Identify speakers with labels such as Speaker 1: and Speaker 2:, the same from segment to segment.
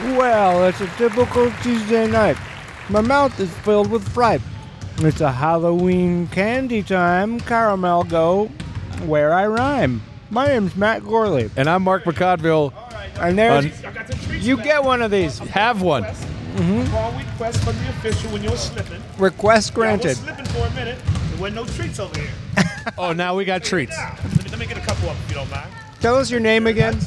Speaker 1: Well, it's a typical Tuesday night. My mouth is filled with fright. It's a Halloween candy time, caramel go, where I rhyme. My name's Matt Gorley,
Speaker 2: And I'm Mark McCodville.
Speaker 1: and there's
Speaker 2: Un-
Speaker 3: I got some treats
Speaker 1: you
Speaker 3: back.
Speaker 1: get one of these.
Speaker 2: Have one.
Speaker 3: Request. Call request from the official when you were slipping. Yeah,
Speaker 1: Request
Speaker 3: I
Speaker 1: granted.
Speaker 3: was slipping for a minute. There wasn't no treats over here.
Speaker 2: Oh, now we got treats.
Speaker 3: Now, let me, let me get a couple up if you don't mind.
Speaker 1: Tell us your name again.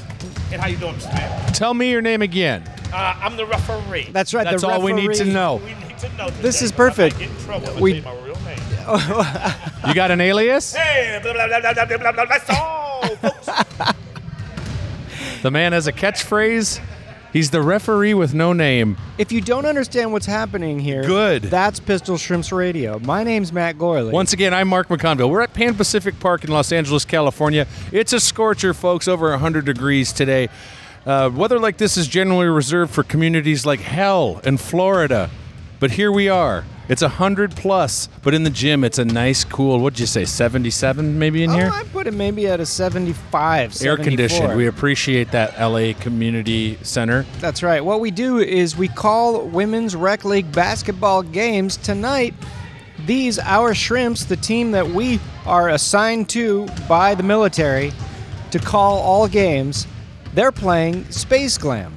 Speaker 3: And how you doing, Mr. Man?
Speaker 2: Tell me your name again.
Speaker 3: Uh, I'm the referee.
Speaker 1: That's right.
Speaker 2: That's
Speaker 1: the
Speaker 2: all we need to
Speaker 1: referee.
Speaker 2: know.
Speaker 3: we need to know
Speaker 1: This
Speaker 3: today,
Speaker 1: is
Speaker 3: 'cause I might
Speaker 1: perfect.
Speaker 3: Get in trouble if I
Speaker 1: We-
Speaker 3: tell you my real name.
Speaker 2: You got an alias?
Speaker 3: Hey, blah, blah, blah, blah, blah, blah, blah, blah. That's all, folks.
Speaker 2: The man has a catchphrase. He's the referee with no name.
Speaker 1: If you don't understand what's happening here,
Speaker 2: Good.
Speaker 1: That's Pistol Shrimps Radio. My name's Matt Gorley.
Speaker 2: Once again, I'm Mark McConville. We're at Pan Pacific Park in Los Angeles, California. It's a scorcher, folks, over 100 degrees today. Uh, weather like this is generally reserved for communities like hell and Florida. But here we are. It's 100 plus, but in the gym, it's a nice, cool, what'd you say, 77 maybe in
Speaker 1: oh,
Speaker 2: here?
Speaker 1: I put it maybe at a 75,
Speaker 2: Air
Speaker 1: 74.
Speaker 2: conditioned. We appreciate that, LA Community Center.
Speaker 1: That's right. What we do is we call women's rec league basketball games tonight. These our shrimps, the team that we are assigned to by the military to call all games. They're playing Space Glam.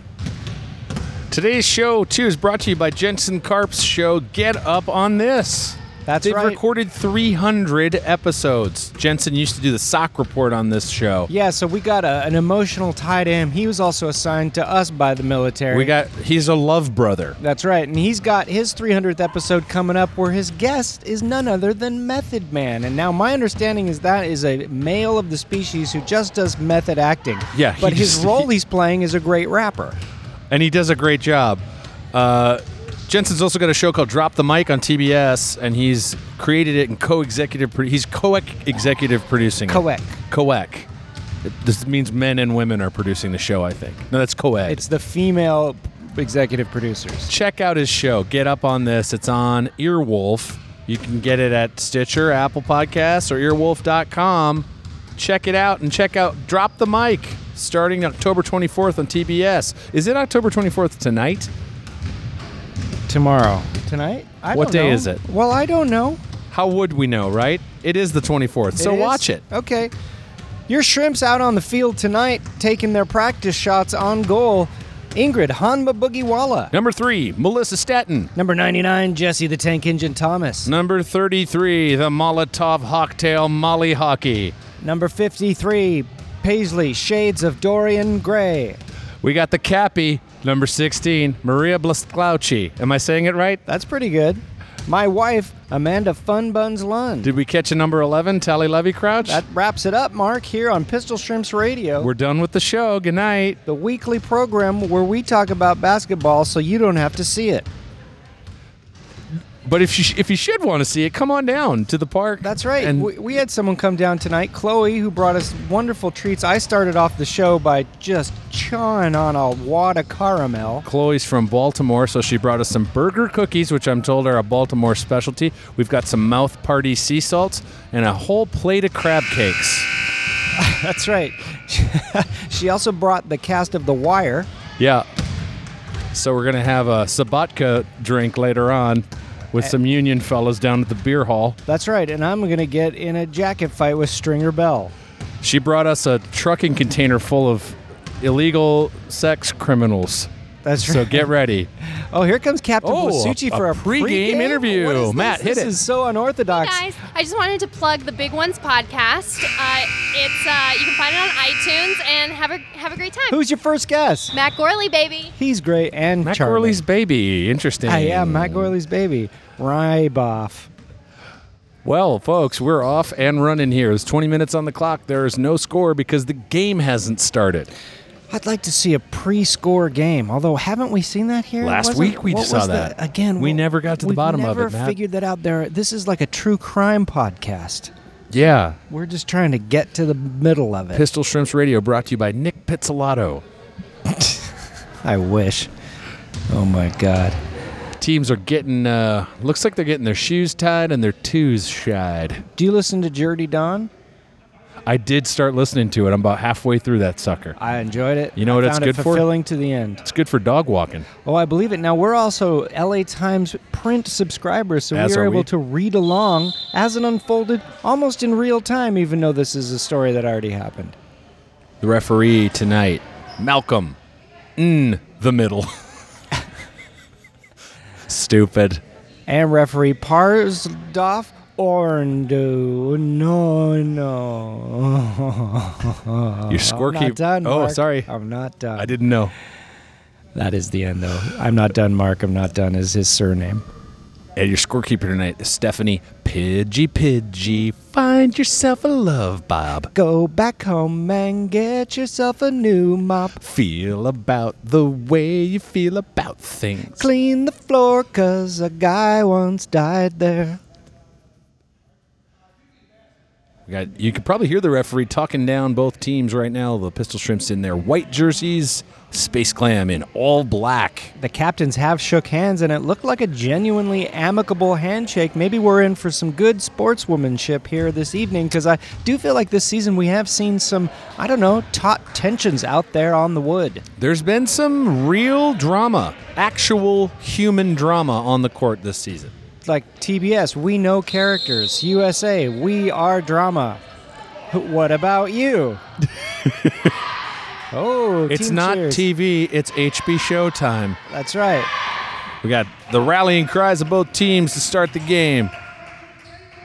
Speaker 2: Today's show, too, is brought to you by Jensen Karp's show, Get Up on This.
Speaker 1: That's
Speaker 2: They've
Speaker 1: right.
Speaker 2: recorded 300 episodes. Jensen used to do the sock report on this show.
Speaker 1: Yeah, so we got a, an emotional tie to him. He was also assigned to us by the military.
Speaker 2: We got, he's a love brother.
Speaker 1: That's right, and he's got his 300th episode coming up where his guest is none other than Method Man. And now my understanding is that is a male of the species who just does method acting.
Speaker 2: Yeah,
Speaker 1: But
Speaker 2: he
Speaker 1: his
Speaker 2: just-
Speaker 1: role
Speaker 2: he-
Speaker 1: he's playing is a great rapper.
Speaker 2: and he does a great job. Uh, Jensen's also got a show called Drop the Mic on TBS, and he's created it and co-executive. Pro- he's co-executive producing. it.
Speaker 1: Coec.
Speaker 2: Coec. It- This means men and women are producing the show. I think. No, that's co-ed.
Speaker 1: It's the female executive producers.
Speaker 2: Check out his show. Get up on this. It's on Earwolf. You can get it at Stitcher, Apple Podcasts, or earwolf.com. Check it out and check out Drop the Mic starting October 24th on TBS. Is it October 24th tonight?
Speaker 1: Tomorrow. Tonight? I
Speaker 2: What
Speaker 1: don't
Speaker 2: day
Speaker 1: know.
Speaker 2: is it?
Speaker 1: Well, I don't know.
Speaker 2: How would we know, right? It is the 24th. so
Speaker 1: It is?
Speaker 2: watch it.
Speaker 1: Okay. Your shrimps out on the field tonight taking their practice shots on goal. Ingrid Hanba Boogiewala.
Speaker 2: Number three, Melissa Stetton.
Speaker 1: Number 99, Jesse the Tank Engine Thomas.
Speaker 2: Number 33, the Molotov Hawktail Molly Hockey.
Speaker 1: Number 53, Paisley, Shades of Dorian Gray.
Speaker 2: We got the Cappy. Number 16, Maria Blasklauchi. Am I saying it right?
Speaker 1: That's pretty good. My wife, Amanda Fun Buns Lund.
Speaker 2: Did we catch a number 11, Tally Levy Crouch?
Speaker 1: That wraps it up, Mark, here on Pistol Shrimps Radio,
Speaker 2: We're done with the show. Good night.
Speaker 1: the weekly program where we talk about basketball so you don't have to see it.
Speaker 2: But if you, sh- if you should want to see it, come on down to the park.
Speaker 1: That's right.
Speaker 2: And
Speaker 1: we, we had someone come down tonight, Chloe, who brought us wonderful treats. I started off the show by just chawing on a wad of caramel.
Speaker 2: Chloe's from Baltimore, so she brought us some burger cookies, which I'm told are a Baltimore specialty. We've got some mouth party sea salts and a whole plate of crab cakes.
Speaker 1: That's right. she also brought the cast of The Wire.
Speaker 2: Yeah. So we're gonna have a Sabatka drink later on with some Union fellas down at the beer hall.
Speaker 1: That's right, and I'm going to get in a jacket fight with Stringer Bell.
Speaker 2: She brought us a trucking container full of illegal sex criminals.
Speaker 1: That's
Speaker 2: So get ready.
Speaker 1: oh, here comes Captain
Speaker 2: Oh,
Speaker 1: Blasucci
Speaker 2: a-
Speaker 1: for
Speaker 2: a
Speaker 1: a
Speaker 2: pregame
Speaker 1: pregame?
Speaker 2: interview.
Speaker 1: What is this?
Speaker 2: Matt, hit
Speaker 1: this
Speaker 2: it.
Speaker 1: is so unorthodox.
Speaker 4: Hey guys, I just wanted to plug the Big Ones podcast. Uh, it's uh, you can find it on iTunes and have a have a great time.
Speaker 1: Who's your first guess?
Speaker 4: Matt Gorley, baby?
Speaker 1: He's great and
Speaker 2: Matt
Speaker 1: charming.
Speaker 2: Gorley's baby. Interesting.
Speaker 1: I am Matt Gorley's baby. Ryboff.
Speaker 2: Well, folks, we're off and running here. It's 20 minutes on the clock. There is no score because the game hasn't started.
Speaker 1: I'd like to see a pre-score game. Although, haven't we seen that here?
Speaker 2: Last
Speaker 1: Wasn't-
Speaker 2: week we
Speaker 1: what
Speaker 2: just
Speaker 1: was
Speaker 2: saw
Speaker 1: the-
Speaker 2: that.
Speaker 1: again.
Speaker 2: We
Speaker 1: what-
Speaker 2: never got to the
Speaker 1: we've
Speaker 2: bottom of it,
Speaker 1: Never
Speaker 2: Matt.
Speaker 1: figured that out. There. This is like a true crime podcast.
Speaker 2: Yeah.
Speaker 1: We're just trying to get to the middle of it.
Speaker 2: Pistol Shrimps Radio brought to you by Nick Pizzolatto.
Speaker 1: I wish. Oh my God.
Speaker 2: Teams are getting, uh, looks like they're getting their shoes tied and their twos shied.
Speaker 1: Do you listen to Dirty Don?
Speaker 2: I did start listening to it. I'm about halfway through that sucker.
Speaker 1: I enjoyed it.
Speaker 2: You know what
Speaker 1: I
Speaker 2: it's
Speaker 1: found
Speaker 2: good
Speaker 1: it
Speaker 2: for?
Speaker 1: fulfilling to the end.
Speaker 2: It's good for dog walking.
Speaker 1: Oh, I believe it. Now we're also LA Times print subscribers, so
Speaker 2: As
Speaker 1: we are
Speaker 2: are
Speaker 1: able
Speaker 2: we.
Speaker 1: to read along as it unfolded almost in real time, even though this is a story that already happened.
Speaker 2: The referee tonight, Malcolm, in the middle. Stupid.
Speaker 1: And referee Parsdorf Orndo. No, no.
Speaker 2: Your scorekeeper.
Speaker 1: Uh, I'm not done.
Speaker 2: oh,
Speaker 1: Mark.
Speaker 2: sorry.
Speaker 1: I'm not done.
Speaker 2: I didn't know.
Speaker 1: That is the end, though. I'm not done, Mark. I'm not done is his surname.
Speaker 2: And your scorekeeper tonight is Stephanie Pidgey Pidgey. Find yourself a love, Bob.
Speaker 1: Go back home and get yourself a new mop.
Speaker 2: Feel about the way you feel about things.
Speaker 1: Clean the floor, cause a guy once died there.
Speaker 2: We got- you could probably hear the referee talking down both teams right now. The Pistol Shrimps in their white jerseys, Space Clam in all black.
Speaker 1: The captains have shook hands, and it looked like a genuinely amicable handshake. Maybe we're in for some good sportswomanship here this evening, because I do feel like this season we have seen some, I don't know, taut tensions out there on the wood.
Speaker 2: There's been some real drama, actual human drama on the court this season.
Speaker 1: Like TBS, we know characters. USA, we are drama. What about you? oh,
Speaker 2: It's
Speaker 1: team
Speaker 2: not
Speaker 1: cheers.
Speaker 2: TV, it's HB Showtime.
Speaker 1: That's right.
Speaker 2: We got the rallying cries of both teams to start the game.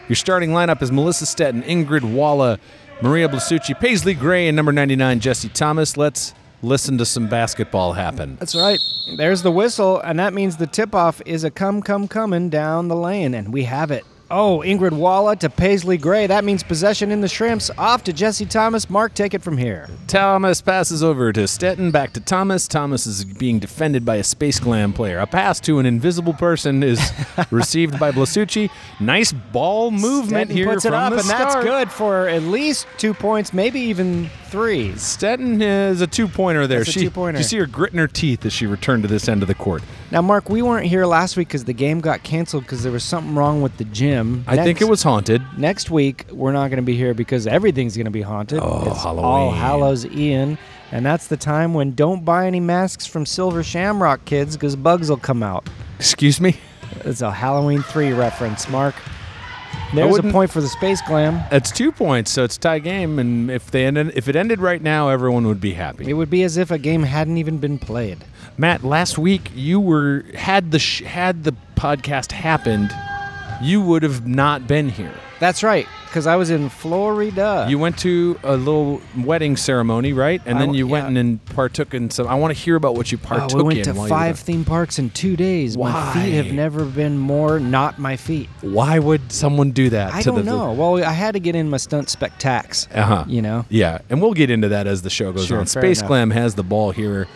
Speaker 2: Your starting lineup is Melissa Stetton, Ingrid Walla, Maria Blasucci, Paisley Gray, and number 99, Jesse Thomas. Let's listen to some basketball happen.
Speaker 1: That's right. There's the whistle, and that means the tip off is a come, come, coming down the lane, and we have it. Oh, Ingrid Walla to Paisley Gray. That means possession in the shrimps. Off to Jesse Thomas. Mark, take it from here.
Speaker 2: Thomas passes over to Stetton, back to Thomas. Thomas is being defended by a Space Glam player. A pass to an invisible person is received by Blasucci. Nice ball movement
Speaker 1: Stanton
Speaker 2: here
Speaker 1: puts it
Speaker 2: from
Speaker 1: up,
Speaker 2: the
Speaker 1: and that's
Speaker 2: start.
Speaker 1: good for at least two points, maybe even three.
Speaker 2: Stetton is a two-pointer there.
Speaker 1: That's a
Speaker 2: she,
Speaker 1: two-pointer.
Speaker 2: You see her gritting her teeth as she returned to this end of the court.
Speaker 1: Now, Mark, we weren't here last week because the game got canceled because there was something wrong with the gym.
Speaker 2: I think
Speaker 1: Next-
Speaker 2: it was haunted.
Speaker 1: Next week, we're not going to be here because everything's going to be haunted.
Speaker 2: Oh,
Speaker 1: it's All
Speaker 2: Halloween.
Speaker 1: Hallows Ian. And that's the time when don't buy any masks from Silver Shamrock kids because bugs will come out.
Speaker 2: Excuse me.
Speaker 1: It's a Halloween 3 reference, Mark. There's a
Speaker 2: wouldn't-
Speaker 1: point for the space glam.
Speaker 2: It's two points, so it's a tie game. And if they ended, if it ended right now, everyone would be happy.
Speaker 1: It would be as if a game hadn't even been played.
Speaker 2: Matt, last week you were had the sh- had the podcast happened, you would have not been here.
Speaker 1: That's right, because I was in Florida. Uh,
Speaker 2: You went to a little wedding ceremony, right? And
Speaker 1: I
Speaker 2: then
Speaker 1: w-
Speaker 2: you went
Speaker 1: yeah.
Speaker 2: in and partook in some. I want to hear about what you
Speaker 1: Oh,
Speaker 2: partook
Speaker 1: we went
Speaker 2: in.
Speaker 1: to
Speaker 2: while you were
Speaker 1: five theme parks in two days. My feet have
Speaker 2: Why?
Speaker 1: never been more not my feet.
Speaker 2: there. Why would someone do that?
Speaker 1: I
Speaker 2: to
Speaker 1: don't
Speaker 2: the,
Speaker 1: know. Well, I had to get in my stunt spectacs.
Speaker 2: Uh huh.
Speaker 1: You know?
Speaker 2: Yeah, and we'll get into that as the show goes
Speaker 1: Sure,
Speaker 2: on.
Speaker 1: fair
Speaker 2: Space
Speaker 1: enough.
Speaker 2: Glam has the ball here.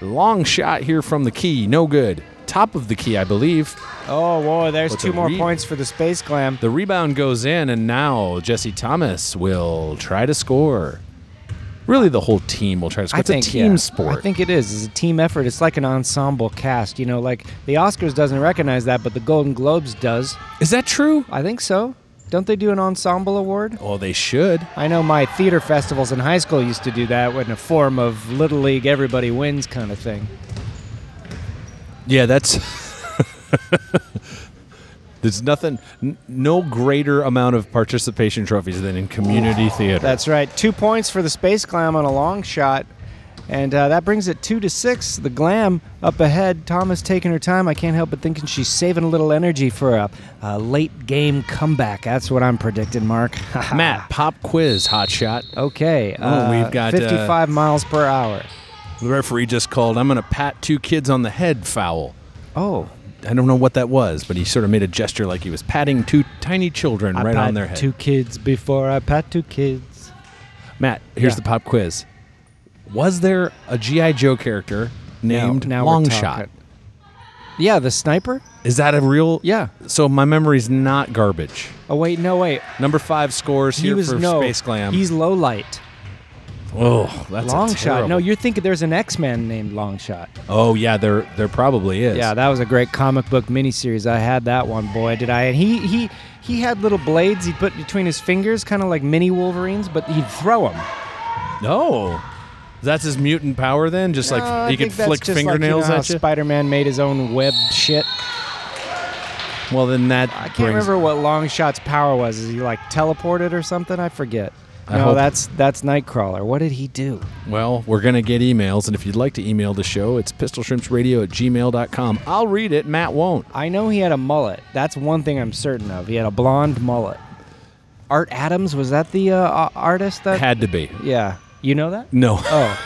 Speaker 2: Long shot here from the key. No good. Top of the key, I believe.
Speaker 1: Oh, whoa, there's
Speaker 2: What's
Speaker 1: two
Speaker 2: a
Speaker 1: more
Speaker 2: re-
Speaker 1: points for the space glam.
Speaker 2: The rebound goes in, and now Jesse Thomas will try to score. Really, the whole team will try to score. it's a team
Speaker 1: yeah,
Speaker 2: sport.
Speaker 1: I think it is. It's a team effort. It's like an ensemble cast. You know, like the Oscars doesn't recognize that, but the Golden Globes does.
Speaker 2: Is that true?
Speaker 1: I think so. Don't they do an ensemble award?
Speaker 2: Oh, they should.
Speaker 1: I know my theater festivals in high school used to do that in a form of Little League Everybody Wins kind of thing.
Speaker 2: Yeah, that's. There's nothing, n- no greater amount of participation trophies than in community theater.
Speaker 1: That's right. Two points for the Space Glam on a long shot. And uh, that brings it two to six. The Glam up ahead. Thomas taking her time. I can't help but thinking she's saving a little energy for a, a late game comeback. That's what I'm predicting, Mark.
Speaker 2: Matt, pop quiz, hot shot.
Speaker 1: Okay.
Speaker 2: Oh, we've got, uh,
Speaker 1: 55 miles per hour.
Speaker 2: The referee just called, I'm going to pat two kids on the head foul.
Speaker 1: Oh,
Speaker 2: I don't know what that was, but he sort of made a gesture like he was patting two tiny children
Speaker 1: I
Speaker 2: right
Speaker 1: pat
Speaker 2: on their head.
Speaker 1: two kids before I pat two kids.
Speaker 2: Matt, here's
Speaker 1: Yeah.
Speaker 2: the pop quiz. Was there a G.I. Joe character named
Speaker 1: now, now we're
Speaker 2: Longshot?
Speaker 1: talking. Yeah, the sniper.
Speaker 2: Is that a real?
Speaker 1: Yeah.
Speaker 2: So my memory's not garbage.
Speaker 1: Oh wait, no wait.
Speaker 2: Number five scores
Speaker 1: He
Speaker 2: here
Speaker 1: was
Speaker 2: for
Speaker 1: no.
Speaker 2: Space Glam.
Speaker 1: He's low light.
Speaker 2: Oh, that's a
Speaker 1: Long shot. No,
Speaker 2: terrible-
Speaker 1: you're thinking there's an X Men named Long Shot.
Speaker 2: Oh yeah, there there probably is.
Speaker 1: Yeah, that was a great comic book miniseries. I had that one, boy, did I! And he he he had little blades he'd put between his fingers, kind of like mini Wolverines, but he'd throw them.
Speaker 2: No. That's his mutant power then? Just
Speaker 1: Uh,
Speaker 2: like he could flick fingernails at you?
Speaker 1: Spider-Man made his own web shit.
Speaker 2: well, then that
Speaker 1: I can't remember what Longshot's power was. Is he like teleported or something? I forget.
Speaker 2: I
Speaker 1: no,
Speaker 2: hope-
Speaker 1: that's that's Nightcrawler. What did he do?
Speaker 2: Well, we're going to get emails, and if you'd like to email the show, it's pistolshrimpsradio at gmail.com. I'll read it. Matt won't.
Speaker 1: I know he had a mullet. That's one thing I'm certain of. He had a blonde mullet. Art Adams was that the uh, a- artist that?
Speaker 2: Had to be.
Speaker 1: yeah, you know that?
Speaker 2: No.
Speaker 1: Oh.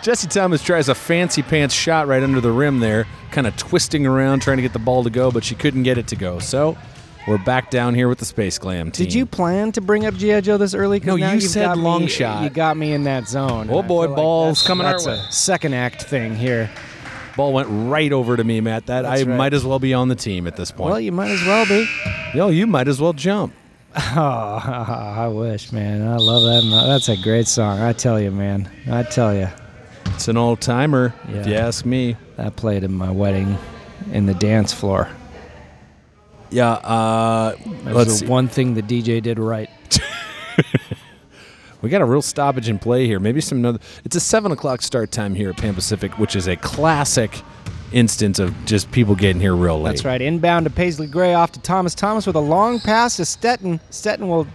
Speaker 2: Jesse Thomas tries a fancy pants shot right under the rim there, kind of twisting around trying to get the ball to go, but she couldn't get it to go. So we're back down here with the Space Glam team.
Speaker 1: Did you plan to bring up GI Joe this early? 'Cause
Speaker 2: No,
Speaker 1: now
Speaker 2: you
Speaker 1: you've
Speaker 2: said
Speaker 1: got
Speaker 2: long
Speaker 1: me,
Speaker 2: shot.
Speaker 1: You got me in that zone.
Speaker 2: Oh
Speaker 1: and I
Speaker 2: boy,
Speaker 1: feel like
Speaker 2: balls
Speaker 1: that's-
Speaker 2: coming our
Speaker 1: that's
Speaker 2: way.
Speaker 1: A second act thing here.
Speaker 2: Ball went right over to me, Matt. That
Speaker 1: That's
Speaker 2: I
Speaker 1: right.
Speaker 2: might as well be on the team at this point.
Speaker 1: Well, you might as well be.
Speaker 2: Yo, you might as well jump.
Speaker 1: Oh, I wish, man. I love that. mo- That's a great song. I tell you, man. I tell you.
Speaker 2: It's an all timer,
Speaker 1: Yeah.
Speaker 2: if you ask me.
Speaker 1: That played in my wedding, in the dance floor.
Speaker 2: Yeah, uh,
Speaker 1: That
Speaker 2: let's
Speaker 1: was
Speaker 2: see.
Speaker 1: the one thing the DJ did right.
Speaker 2: We got a real stoppage in play here. Maybe some another. It's a seven o'clock start time here at Pan Pacific, which is a classic instance of just people getting here real late.
Speaker 1: That's right. Inbound to Paisley Gray, off to Thomas. Thomas with a long pass to Stetton. Stetton will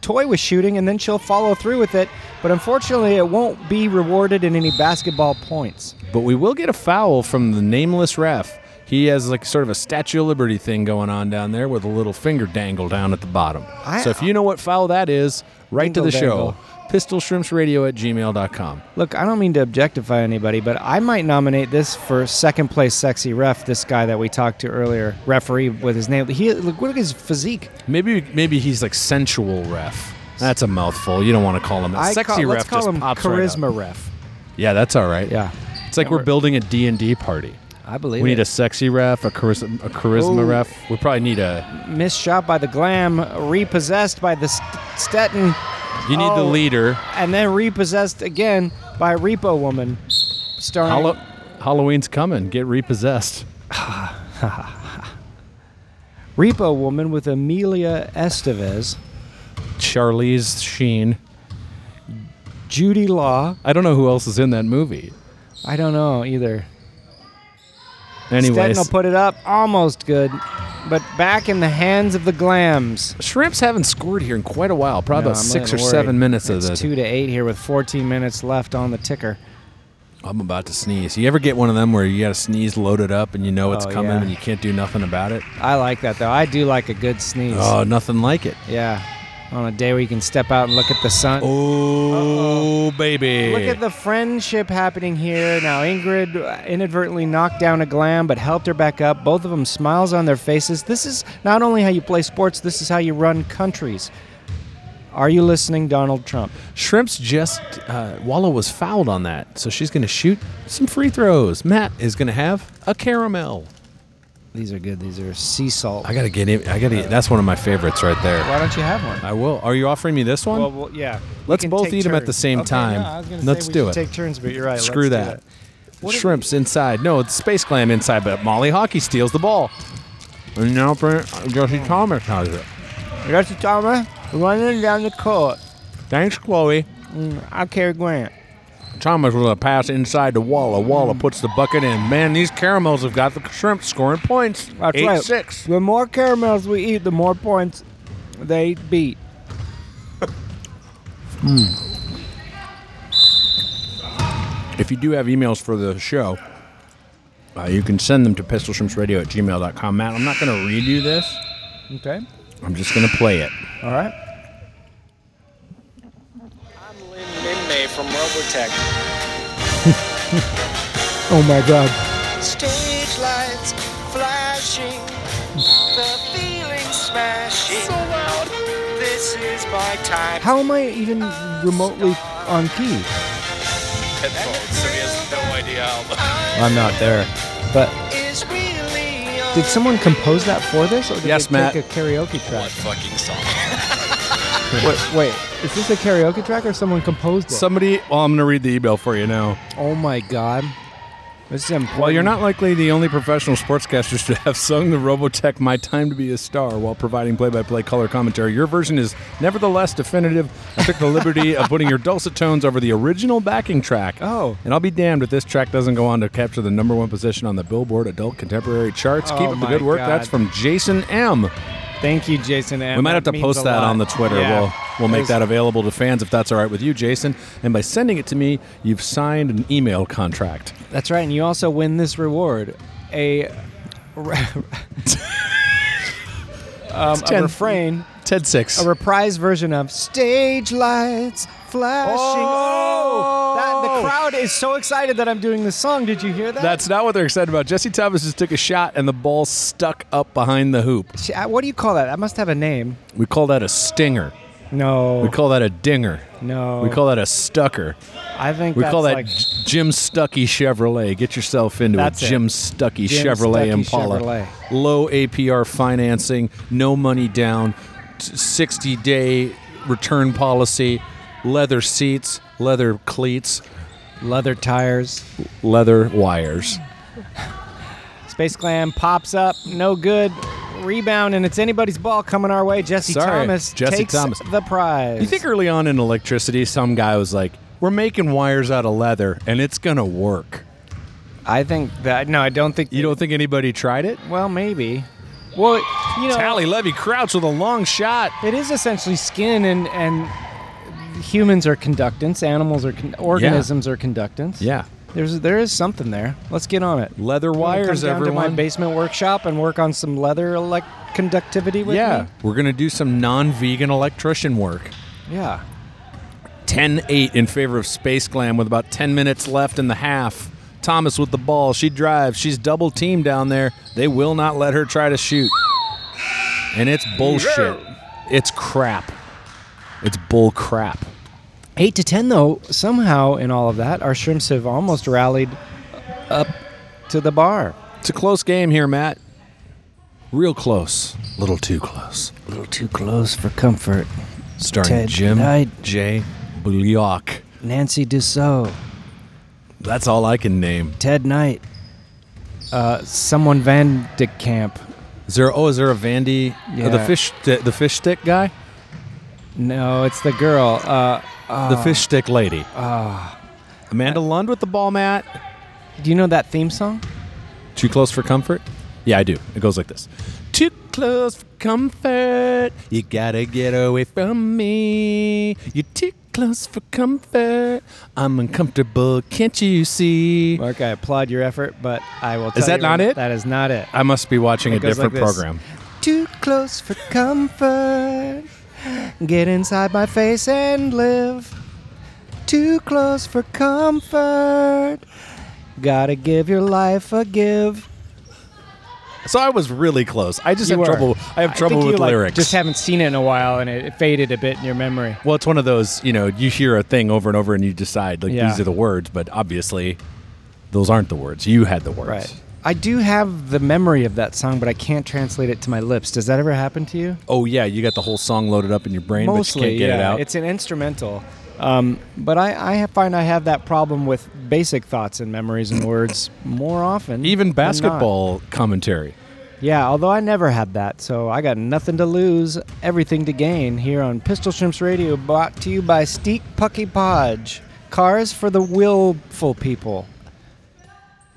Speaker 1: toy with shooting, and then she'll follow through with it. But unfortunately, it won't be rewarded in any basketball points.
Speaker 2: But we will get a foul from the nameless ref. He has like sort of a Statue of Liberty thing going on down there with a little finger dangle down at the bottom.
Speaker 1: I-
Speaker 2: so if you know what foul that is, write to the
Speaker 1: Dingle
Speaker 2: show. Pistolshrimpsradio at gmail.com.
Speaker 1: Look, I don't mean to objectify anybody, but I might nominate this for second place sexy ref. This guy that we talked to earlier, referee with his name. He look, look at his physique.
Speaker 2: Maybe maybe he's like sensual ref. That's a mouthful. You don't want to call him that.
Speaker 1: I
Speaker 2: Sexy
Speaker 1: call,
Speaker 2: ref
Speaker 1: let's call
Speaker 2: just
Speaker 1: him
Speaker 2: pops right up.
Speaker 1: charisma ref.
Speaker 2: Yeah, that's all right.
Speaker 1: Yeah,
Speaker 2: It's like we're building a D&D party.
Speaker 1: I believe
Speaker 2: We need
Speaker 1: it. Oh.
Speaker 2: a sexy ref, a charisma, a charisma
Speaker 1: Ooh.
Speaker 2: ref. We probably need a.
Speaker 1: missed shot by the glam, repossessed by the St- Stetton,
Speaker 2: You need the
Speaker 1: Oh.
Speaker 2: leader.
Speaker 1: and then repossessed again by Repo Woman, starring.
Speaker 2: Hallo- Halloween's coming. Get repossessed.
Speaker 1: Repo Woman with Amelia Estevez,
Speaker 2: Charlize Sheen.
Speaker 1: Judy Law.
Speaker 2: I don't know who else is in that movie.
Speaker 1: I don't know either. Stetton
Speaker 2: Anyways,
Speaker 1: will put it up, almost good, but back in the hands of the glams.
Speaker 2: Shrimps haven't scored here in quite a while. Probably
Speaker 1: No,
Speaker 2: about
Speaker 1: I'm
Speaker 2: six or
Speaker 1: getting worried.
Speaker 2: seven minutes of
Speaker 1: It's
Speaker 2: this.
Speaker 1: two to eight here with 14 minutes left on the ticker.
Speaker 2: I'm about to sneeze. You ever get one of them where you got to sneeze loaded up and you know it's
Speaker 1: Oh,
Speaker 2: coming
Speaker 1: yeah.
Speaker 2: and you can't do nothing about it?
Speaker 1: I like that though. I do like a good sneeze.
Speaker 2: Oh, nothing like it.
Speaker 1: Yeah, on a day where you can step out and look at the sun.
Speaker 2: Oh, baby.
Speaker 1: Look at the friendship happening here. Now, Ingrid uh, inadvertently knocked down a glam, but helped her back up. Both of them smiles on their faces. This is not only how you play sports, this is how you run countries. Are you listening, Donald Trump?
Speaker 2: Shrimps just uh, Walla was fouled on that, so she's going to shoot some free throws. Matt is going to have a caramel.
Speaker 1: These are good. These are sea salt.
Speaker 2: I got to get in. I got to. That's one of my favorites right there.
Speaker 1: Why don't you have one?
Speaker 2: I will. Are you offering me this one?
Speaker 1: Well, well yeah. We
Speaker 2: Let's
Speaker 1: can
Speaker 2: both
Speaker 1: take
Speaker 2: eat 'em at the
Speaker 1: turns.
Speaker 2: same
Speaker 1: Okay,
Speaker 2: time.
Speaker 1: no, I was gonna
Speaker 2: Let's
Speaker 1: say we
Speaker 2: do
Speaker 1: should
Speaker 2: it.
Speaker 1: Take turns, but you're right.
Speaker 2: Screw
Speaker 1: let's do
Speaker 2: that.
Speaker 1: What if-
Speaker 2: Shrimps inside. No, it's space clam inside, but Molly Hockey steals the ball. And now Brent- Josie Thomas has it.
Speaker 1: Rusty Thomas running down the court.
Speaker 2: Thanks, Chloe.
Speaker 1: I carry Grant.
Speaker 2: Thomas with a pass inside to Walla. Walla puts the bucket in. Man, these caramels have got the shrimps scoring points.
Speaker 1: That's
Speaker 2: Eight
Speaker 1: right.
Speaker 2: six.
Speaker 1: The more caramels we eat, the more points they beat.
Speaker 2: If you do have emails for the show, uh, you can send them to pistolshrimpsradio at gmail.com. Matt, I'm not going to read you this.
Speaker 1: Okay.
Speaker 2: I'm just going to play it.
Speaker 1: All right.
Speaker 5: I'm Lynn Minday from Robotech.
Speaker 1: Oh my God.
Speaker 5: Stage lights flashing, the feeling smashing. So loud. This is my time.
Speaker 1: How am I even remotely on key? I'm not there. But
Speaker 5: Is really
Speaker 1: did someone compose that for this, or did
Speaker 2: Yes,
Speaker 1: they
Speaker 2: Matt.
Speaker 1: take a karaoke track?
Speaker 6: fucking song.
Speaker 1: wait, wait, is this a karaoke track or someone composed it?
Speaker 2: Somebody, well, I'm going to read the email for you now.
Speaker 1: oh my god, this is important.
Speaker 2: Well, you're not likely the only professional sportscasters to have sung the Robotech My Time to Be a Star while providing play by play color commentary. Your version is nevertheless definitive. I took the liberty of putting your dulcet tones over the original backing track.
Speaker 1: Oh.
Speaker 2: And I'll be damned if this track doesn't go on to capture the number one position on the Billboard Adult Contemporary charts. Keep
Speaker 1: Oh
Speaker 2: up the
Speaker 1: my
Speaker 2: good work.
Speaker 1: God.
Speaker 2: That's from Jason M.
Speaker 1: Thank you, Jason. M.
Speaker 2: We might have to
Speaker 1: means
Speaker 2: post
Speaker 1: a
Speaker 2: that
Speaker 1: lot.
Speaker 2: on the Twitter.
Speaker 1: Yeah.
Speaker 2: We'll we'll make
Speaker 1: There's-
Speaker 2: that available to fans if that's all right with you, Jason. And by sending it to me, you've signed an email contract.
Speaker 1: That's right, and you also win this reward a, um, a
Speaker 2: ten-
Speaker 1: refrain,
Speaker 2: Ted six.
Speaker 1: a reprise version of Stage Lights Flashing.
Speaker 2: Oh!
Speaker 1: That, the crowd is so excited that I'm doing this song. Did you hear that?
Speaker 2: That's not what they're excited about. Jesse Thomas just took a shot and the ball stuck up behind the hoop.
Speaker 1: Sh- uh, What do you call that? That must have a name.
Speaker 2: We call that a stinger.
Speaker 1: No.
Speaker 2: We call that a dinger.
Speaker 1: no.
Speaker 2: We call that a stucker.
Speaker 1: I think
Speaker 2: We
Speaker 1: that's
Speaker 2: call that
Speaker 1: like
Speaker 2: J- Jim Stucky Chevrolet. Get yourself into a
Speaker 1: That's it.
Speaker 2: Jim Stucky
Speaker 1: Jim Stuckey
Speaker 2: Chevrolet Impala.
Speaker 1: Chevrolet.
Speaker 2: Low APR financing, no money down, t- 60 day return policy, leather seats, leather cleats,
Speaker 1: leather tires.
Speaker 2: leather wires.
Speaker 1: Space Glam pops up, no good. Rebound, and it's anybody's ball coming our way. Jesse
Speaker 2: Sorry,
Speaker 1: Thomas
Speaker 2: Jesse
Speaker 1: takes
Speaker 2: Thomas.
Speaker 1: the prize.
Speaker 2: You think early on in electricity, some guy was like, "We're making wires out of leather, and it's gonna work."
Speaker 1: I think that no, I don't think
Speaker 2: You don't think anybody tried it?
Speaker 1: Well, maybe. Well, you know,
Speaker 2: Tally Levy Crouch with a long shot.
Speaker 1: it is essentially skin, and and humans are conductance, animals are con- organisms are conductance.
Speaker 2: Yeah,
Speaker 1: there's there is something there. Let's get on it.
Speaker 2: leather
Speaker 1: You wanna come
Speaker 2: wires,
Speaker 1: down to my
Speaker 2: everyone.
Speaker 1: basement workshop and work on some leather elect conductivity with
Speaker 2: yeah, we're gonna do some non-vegan electrician work.
Speaker 1: me. Yeah,
Speaker 2: 10-8 in favor of Space Glam with about 10 minutes left in the half. Thomas with the ball. She drives. She's double teamed down there. They will not let her try to shoot. And it's bullshit. It's crap. It's bull crap.
Speaker 1: eight to ten though. Somehow in all of that, our shrimps have almost rallied up to the bar.
Speaker 2: It's a close game here, Matt. Real close. A little too close.
Speaker 1: A little too close for comfort.
Speaker 2: Starring
Speaker 1: Ted
Speaker 2: Jim
Speaker 1: Knight.
Speaker 2: J. Bullock.
Speaker 1: Nancy Dussault.
Speaker 2: That's all I can name.
Speaker 1: Ted Knight. Uh, someone Van de Camp.
Speaker 2: Is there? Oh, is there a Vandy? uh, the
Speaker 1: Yeah.
Speaker 2: fish, the, the fish stick guy,
Speaker 1: No, it's the girl. Uh,
Speaker 2: the fish stick lady.
Speaker 1: Ah.
Speaker 2: Amanda Lund with the ball, Matt.
Speaker 1: do you know that theme song?
Speaker 2: Too close for comfort. Yeah, I do. It goes like this. Too close for comfort. You gotta get away from me. You're too close for comfort. I'm uncomfortable. Can't you see?
Speaker 1: Mark, I applaud your effort, but I will. Tell
Speaker 2: that
Speaker 1: you
Speaker 2: not
Speaker 1: right-
Speaker 2: it?
Speaker 1: That is not it.
Speaker 2: I must be watching
Speaker 1: It
Speaker 2: a
Speaker 1: goes
Speaker 2: different
Speaker 1: like this.
Speaker 2: program.
Speaker 1: Too close for comfort. Get inside my face and live. Too close for comfort. Gotta give your life a give.
Speaker 2: So I was really close. I just
Speaker 1: You
Speaker 2: have
Speaker 1: were.
Speaker 2: trouble. I have
Speaker 1: think
Speaker 2: trouble
Speaker 1: you,
Speaker 2: with
Speaker 1: like,
Speaker 2: lyrics.
Speaker 1: just haven't seen it in a while, and it, it faded a bit in your memory.
Speaker 2: well, it's one of those. You know, you hear a thing over and over, and you decide like
Speaker 1: Yeah.
Speaker 2: these are the words, but obviously, those aren't the words. You had the words.
Speaker 1: Right. I do have the memory of that song, but I can't translate it to my lips. Does that ever happen to you?
Speaker 2: Oh yeah, you got the whole song loaded up in your brain, but you can't get
Speaker 1: yeah.
Speaker 2: it out.
Speaker 1: It's an instrumental. Um, but I, I have- find I have that problem with basic thoughts and memories and words more often. than
Speaker 2: Even
Speaker 1: not.
Speaker 2: basketball commentary.
Speaker 1: Yeah, although I never had that, so I got nothing to lose, everything to gain here on Pistol Shrimps Radio, brought to you by Steak Pucky Podge. Cars for the willful people. You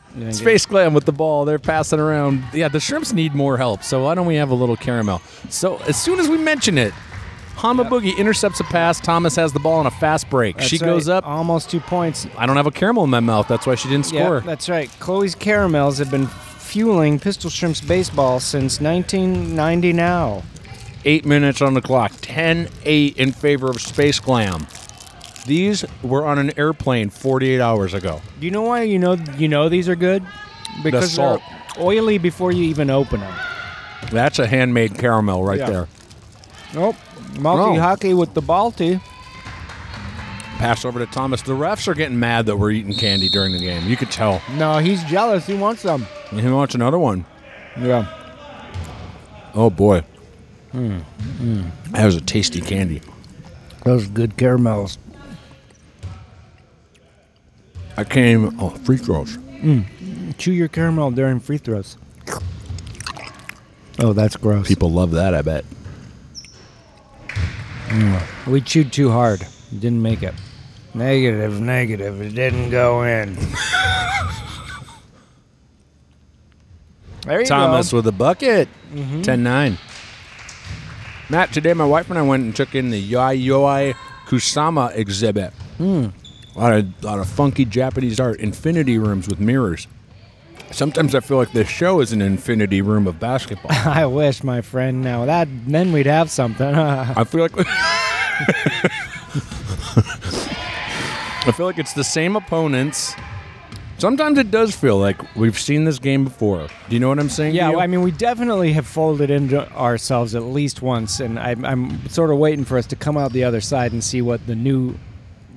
Speaker 1: didn't get it?
Speaker 2: Space Glam with the ball. They're passing around. Yeah, the shrimps need more help. So why don't we have a little caramel? So as soon as we mention it, Hama Boogie intercepts a pass. Thomas has the ball on a fast break.
Speaker 1: That's
Speaker 2: she
Speaker 1: right,
Speaker 2: goes up.
Speaker 1: almost two points.
Speaker 2: I don't have a caramel in my mouth. That's why she didn't score.
Speaker 1: Yeah, that's right. Chloe's caramels have been fueling Pistol Shrimps baseball since 1990 now.
Speaker 2: Eight minutes on the clock. 10 8 in favor of Space Glam. These were on an airplane 48 hours ago.
Speaker 1: Do you know why you know you know these are good? Because
Speaker 2: salt.
Speaker 1: they're oily before you even open them.
Speaker 2: That's a handmade caramel right
Speaker 1: Yeah.
Speaker 2: there.
Speaker 1: Nope. Multi hockey with the Balti.
Speaker 2: Pass over to Thomas. The refs are getting mad that we're eating candy during the game. You could tell.
Speaker 1: No, he's jealous. He wants them.
Speaker 2: He wants another one.
Speaker 1: Yeah. Hmm,
Speaker 2: Oh, boy. That was a tasty candy.
Speaker 6: Those are good caramels.
Speaker 2: I came. Oh, free throws.
Speaker 6: Chew your caramel during free throws. Oh, that's gross.
Speaker 2: People love that. I bet.
Speaker 6: We chewed too hard. Didn't make it. Negative, negative. It didn't go in. there you
Speaker 2: Thomas
Speaker 6: go.
Speaker 2: with a bucket. 10 9. Matt, today my wife and I went and took in the Yayoi Kusama exhibit. A, lot of, lot of funky Japanese art, infinity rooms with mirrors. Sometimes I feel like this show is an infinity room of basketball.
Speaker 1: I wish, my friend. Now that then we'd have something.
Speaker 2: I feel like. I feel like it's the same opponents. Sometimes it does feel like we've seen this game before. Do you know what I'm saying? to
Speaker 1: yeah,
Speaker 2: you?
Speaker 1: well, I mean, we definitely have folded into ourselves at least once, and I'm, I'm sort of waiting for us to come out the other side and see what the new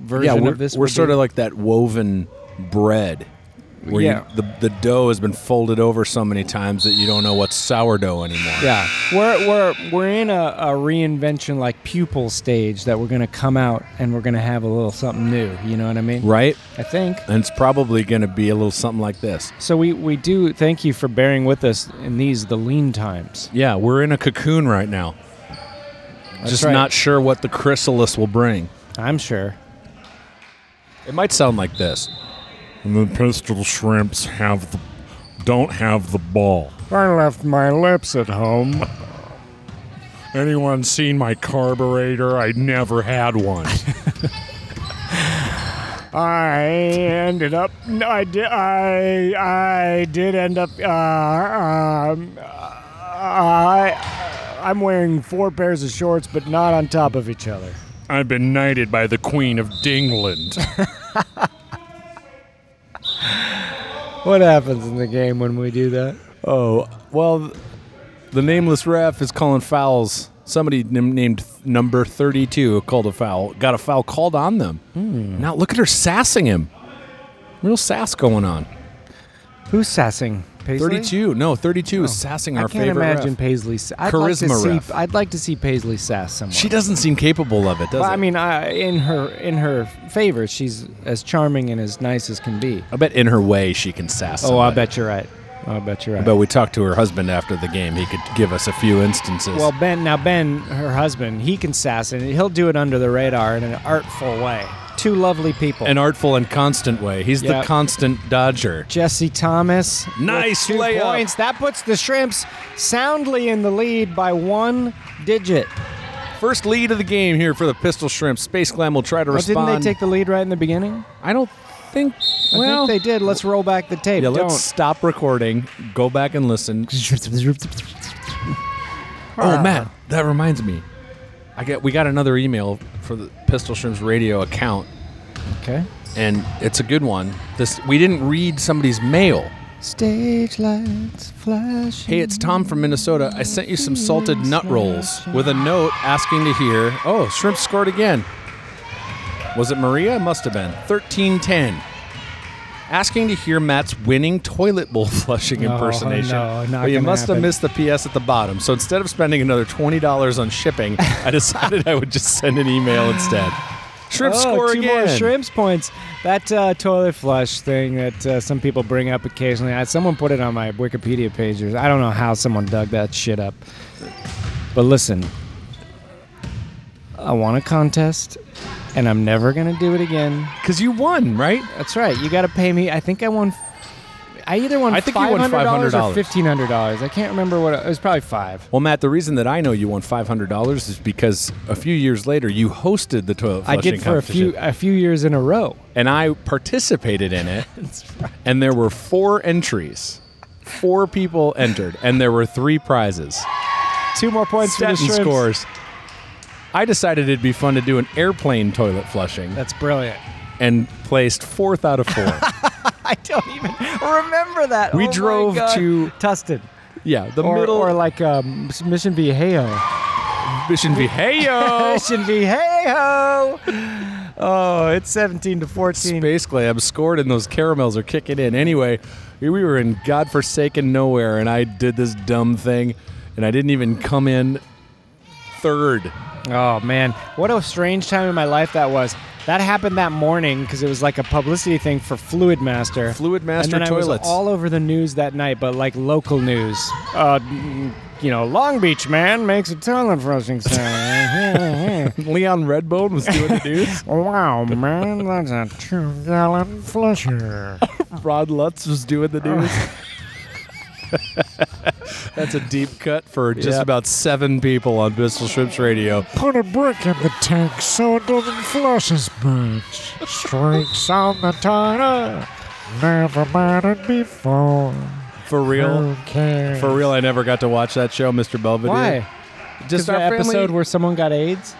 Speaker 1: version
Speaker 2: yeah, we're,
Speaker 1: of this.
Speaker 2: we're
Speaker 1: will
Speaker 2: sort
Speaker 1: be.
Speaker 2: of like that woven bread where you-
Speaker 1: Yeah.
Speaker 2: the, the dough has been folded over so many times that you don't know what's sourdough anymore.
Speaker 1: Yeah, we're we're we're in a, a reinvention like pupil stage that we're gonna come out and we're gonna have a little something new. You know what I mean?
Speaker 2: Right?
Speaker 1: I think.
Speaker 2: And it's probably going to be a little something like this.
Speaker 1: So we we do thank you for bearing with us in these the lean times.
Speaker 2: Yeah, we're in a cocoon right now. Just
Speaker 1: right.
Speaker 2: not sure what the chrysalis will bring.
Speaker 1: I'm sure.
Speaker 2: It might sound like this.
Speaker 7: And the pistol shrimps have the, don't have the ball.
Speaker 6: I left my lips at home.
Speaker 7: Anyone seen my carburetor? I never had one.
Speaker 6: I ended up. No, I did. I I did end up. Uh, um, I I'm wearing four pairs of shorts, but not on top of each other.
Speaker 7: I've been knighted by the Queen of Dingland.
Speaker 6: What happens in the game when we do that?
Speaker 2: Oh, well, the nameless ref is calling fouls. Somebody n- named th- number 32 called a foul, got a foul called on them.
Speaker 1: Hmm.
Speaker 2: Now look at her sassing him. Real sass going on.
Speaker 1: Who's sassing? Paisley?
Speaker 2: 32, no, 32 is sassing
Speaker 1: Oh. I
Speaker 2: our
Speaker 1: can't
Speaker 2: favorite
Speaker 1: imagine
Speaker 2: ref.
Speaker 1: Paisley. sa- I'd Like
Speaker 2: Charisma
Speaker 1: to
Speaker 2: ref.
Speaker 1: see, I'd like to see Paisley sass someone.
Speaker 2: She doesn't seem capable of it, does
Speaker 1: Well, I
Speaker 2: it?
Speaker 1: mean, I, in her in her favor, she's as charming and as nice as can be.
Speaker 2: I bet in her way she can sass
Speaker 1: Oh, I
Speaker 2: somebody.
Speaker 1: bet you're right. I bet you're right.
Speaker 2: But we talked to her husband after the game. He could give us a few instances.
Speaker 1: well, Ben, now Ben, her husband, he can sass and he'll do it under the radar in an artful way. Two lovely people.
Speaker 2: an artful and constant way. He's
Speaker 1: Yeah.
Speaker 2: the constant dodger.
Speaker 1: Jesse Thomas. with
Speaker 2: Nice
Speaker 1: two
Speaker 2: layup.
Speaker 1: points. That puts the Shrimps soundly in the lead by one digit.
Speaker 2: First lead of the game here for the Pistol Shrimp. Space Glam will try to
Speaker 1: Well,
Speaker 2: respond.
Speaker 1: didn't they take the lead right in the beginning?
Speaker 2: I don't think.
Speaker 1: I
Speaker 2: Well,
Speaker 1: think they did. Let's roll back the tape.
Speaker 2: yeah.
Speaker 1: Don't.
Speaker 2: Let's stop recording. Go back and listen. oh, Matt, that reminds me. I get we got another email for the Pistol Shrimp's radio account,
Speaker 1: Okay.
Speaker 2: and it's a good one. This we didn't read somebody's mail.
Speaker 1: Stage lights flash.
Speaker 2: Hey, it's Tom from Minnesota. I sent you some salted nut rolls with a note asking to hear. Oh, shrimp scored again. Was it Maria? It must have been. 13 10. Asking to hear Matt's winning toilet bowl flushing
Speaker 1: No,
Speaker 2: impersonation.
Speaker 1: no, not
Speaker 2: well, you
Speaker 1: gonna
Speaker 2: must
Speaker 1: happen.
Speaker 2: have missed the PS at the bottom. So instead of spending another $20 on shipping, I decided I would just send an email instead. Shrimp
Speaker 1: Oh,
Speaker 2: score
Speaker 1: two
Speaker 2: again.
Speaker 1: more shrimps points. That uh, toilet flush thing that uh, some people bring up occasionally. I, someone put it on my Wikipedia page. or- I don't know how someone dug that shit up. But listen, I won a contest, and I'm never gonna do it again.
Speaker 2: Because you won, right?
Speaker 1: That's right. You got to pay me. I think I won. I either won
Speaker 2: I think you
Speaker 1: five
Speaker 2: won
Speaker 1: hundred dollars or
Speaker 2: $500.
Speaker 1: fifteen hundred dollars. I can't remember what it, it was. Probably five.
Speaker 2: Well, Matt, the reason that I know you won five hundred dollars is because a few years later you hosted the toilet
Speaker 1: I
Speaker 2: flushing
Speaker 1: did for a
Speaker 2: competition,
Speaker 1: few a few years in a row.
Speaker 2: and I participated in it. And there were four entries, four people entered, and there were three prizes.
Speaker 1: Two more points for the
Speaker 2: Stetton
Speaker 1: shrimps.
Speaker 2: scores. I decided it'd be fun to do an airplane toilet flushing,
Speaker 1: That's brilliant.
Speaker 2: and placed fourth out of four.
Speaker 1: I don't even remember that.
Speaker 2: We
Speaker 1: Oh my
Speaker 2: drove
Speaker 1: God.
Speaker 2: to-
Speaker 1: Tustin,
Speaker 2: yeah, the
Speaker 1: or,
Speaker 2: middle
Speaker 1: or like um, Mission Viejo.
Speaker 2: mission Viejo.
Speaker 1: Mission Viejo. Oh, it's seventeen to fourteen.
Speaker 2: Space Glam scored and those caramels are kicking in. Anyway, we were in godforsaken nowhere and I did this dumb thing and I didn't even come in third.
Speaker 1: Oh man, what a strange time in my life that was. That happened that morning because it was like a publicity thing for Fluid Master.
Speaker 2: Fluid Master
Speaker 1: and then I was
Speaker 2: toilets.
Speaker 1: all over the news that night, but like local news. Uh, mm, you know, Long Beach man makes a toilet flushing sound.
Speaker 2: Leon Redbone was doing the news.
Speaker 6: Wow, man, that's a two gallon flusher.
Speaker 2: Rod Lutz was doing the news. That's a deep cut for just
Speaker 1: Yeah.
Speaker 2: about seven people on Pistol Strips Radio.
Speaker 6: Put a brick in the tank so it doesn't flush as much. Streaks on the tire. Never mattered before.
Speaker 2: For real,
Speaker 6: Who cares?
Speaker 2: for real, I never got to watch that show, Mr. Belvedere.
Speaker 1: Why? Just
Speaker 2: Just
Speaker 1: the
Speaker 2: our family-
Speaker 1: episode where someone got AIDS.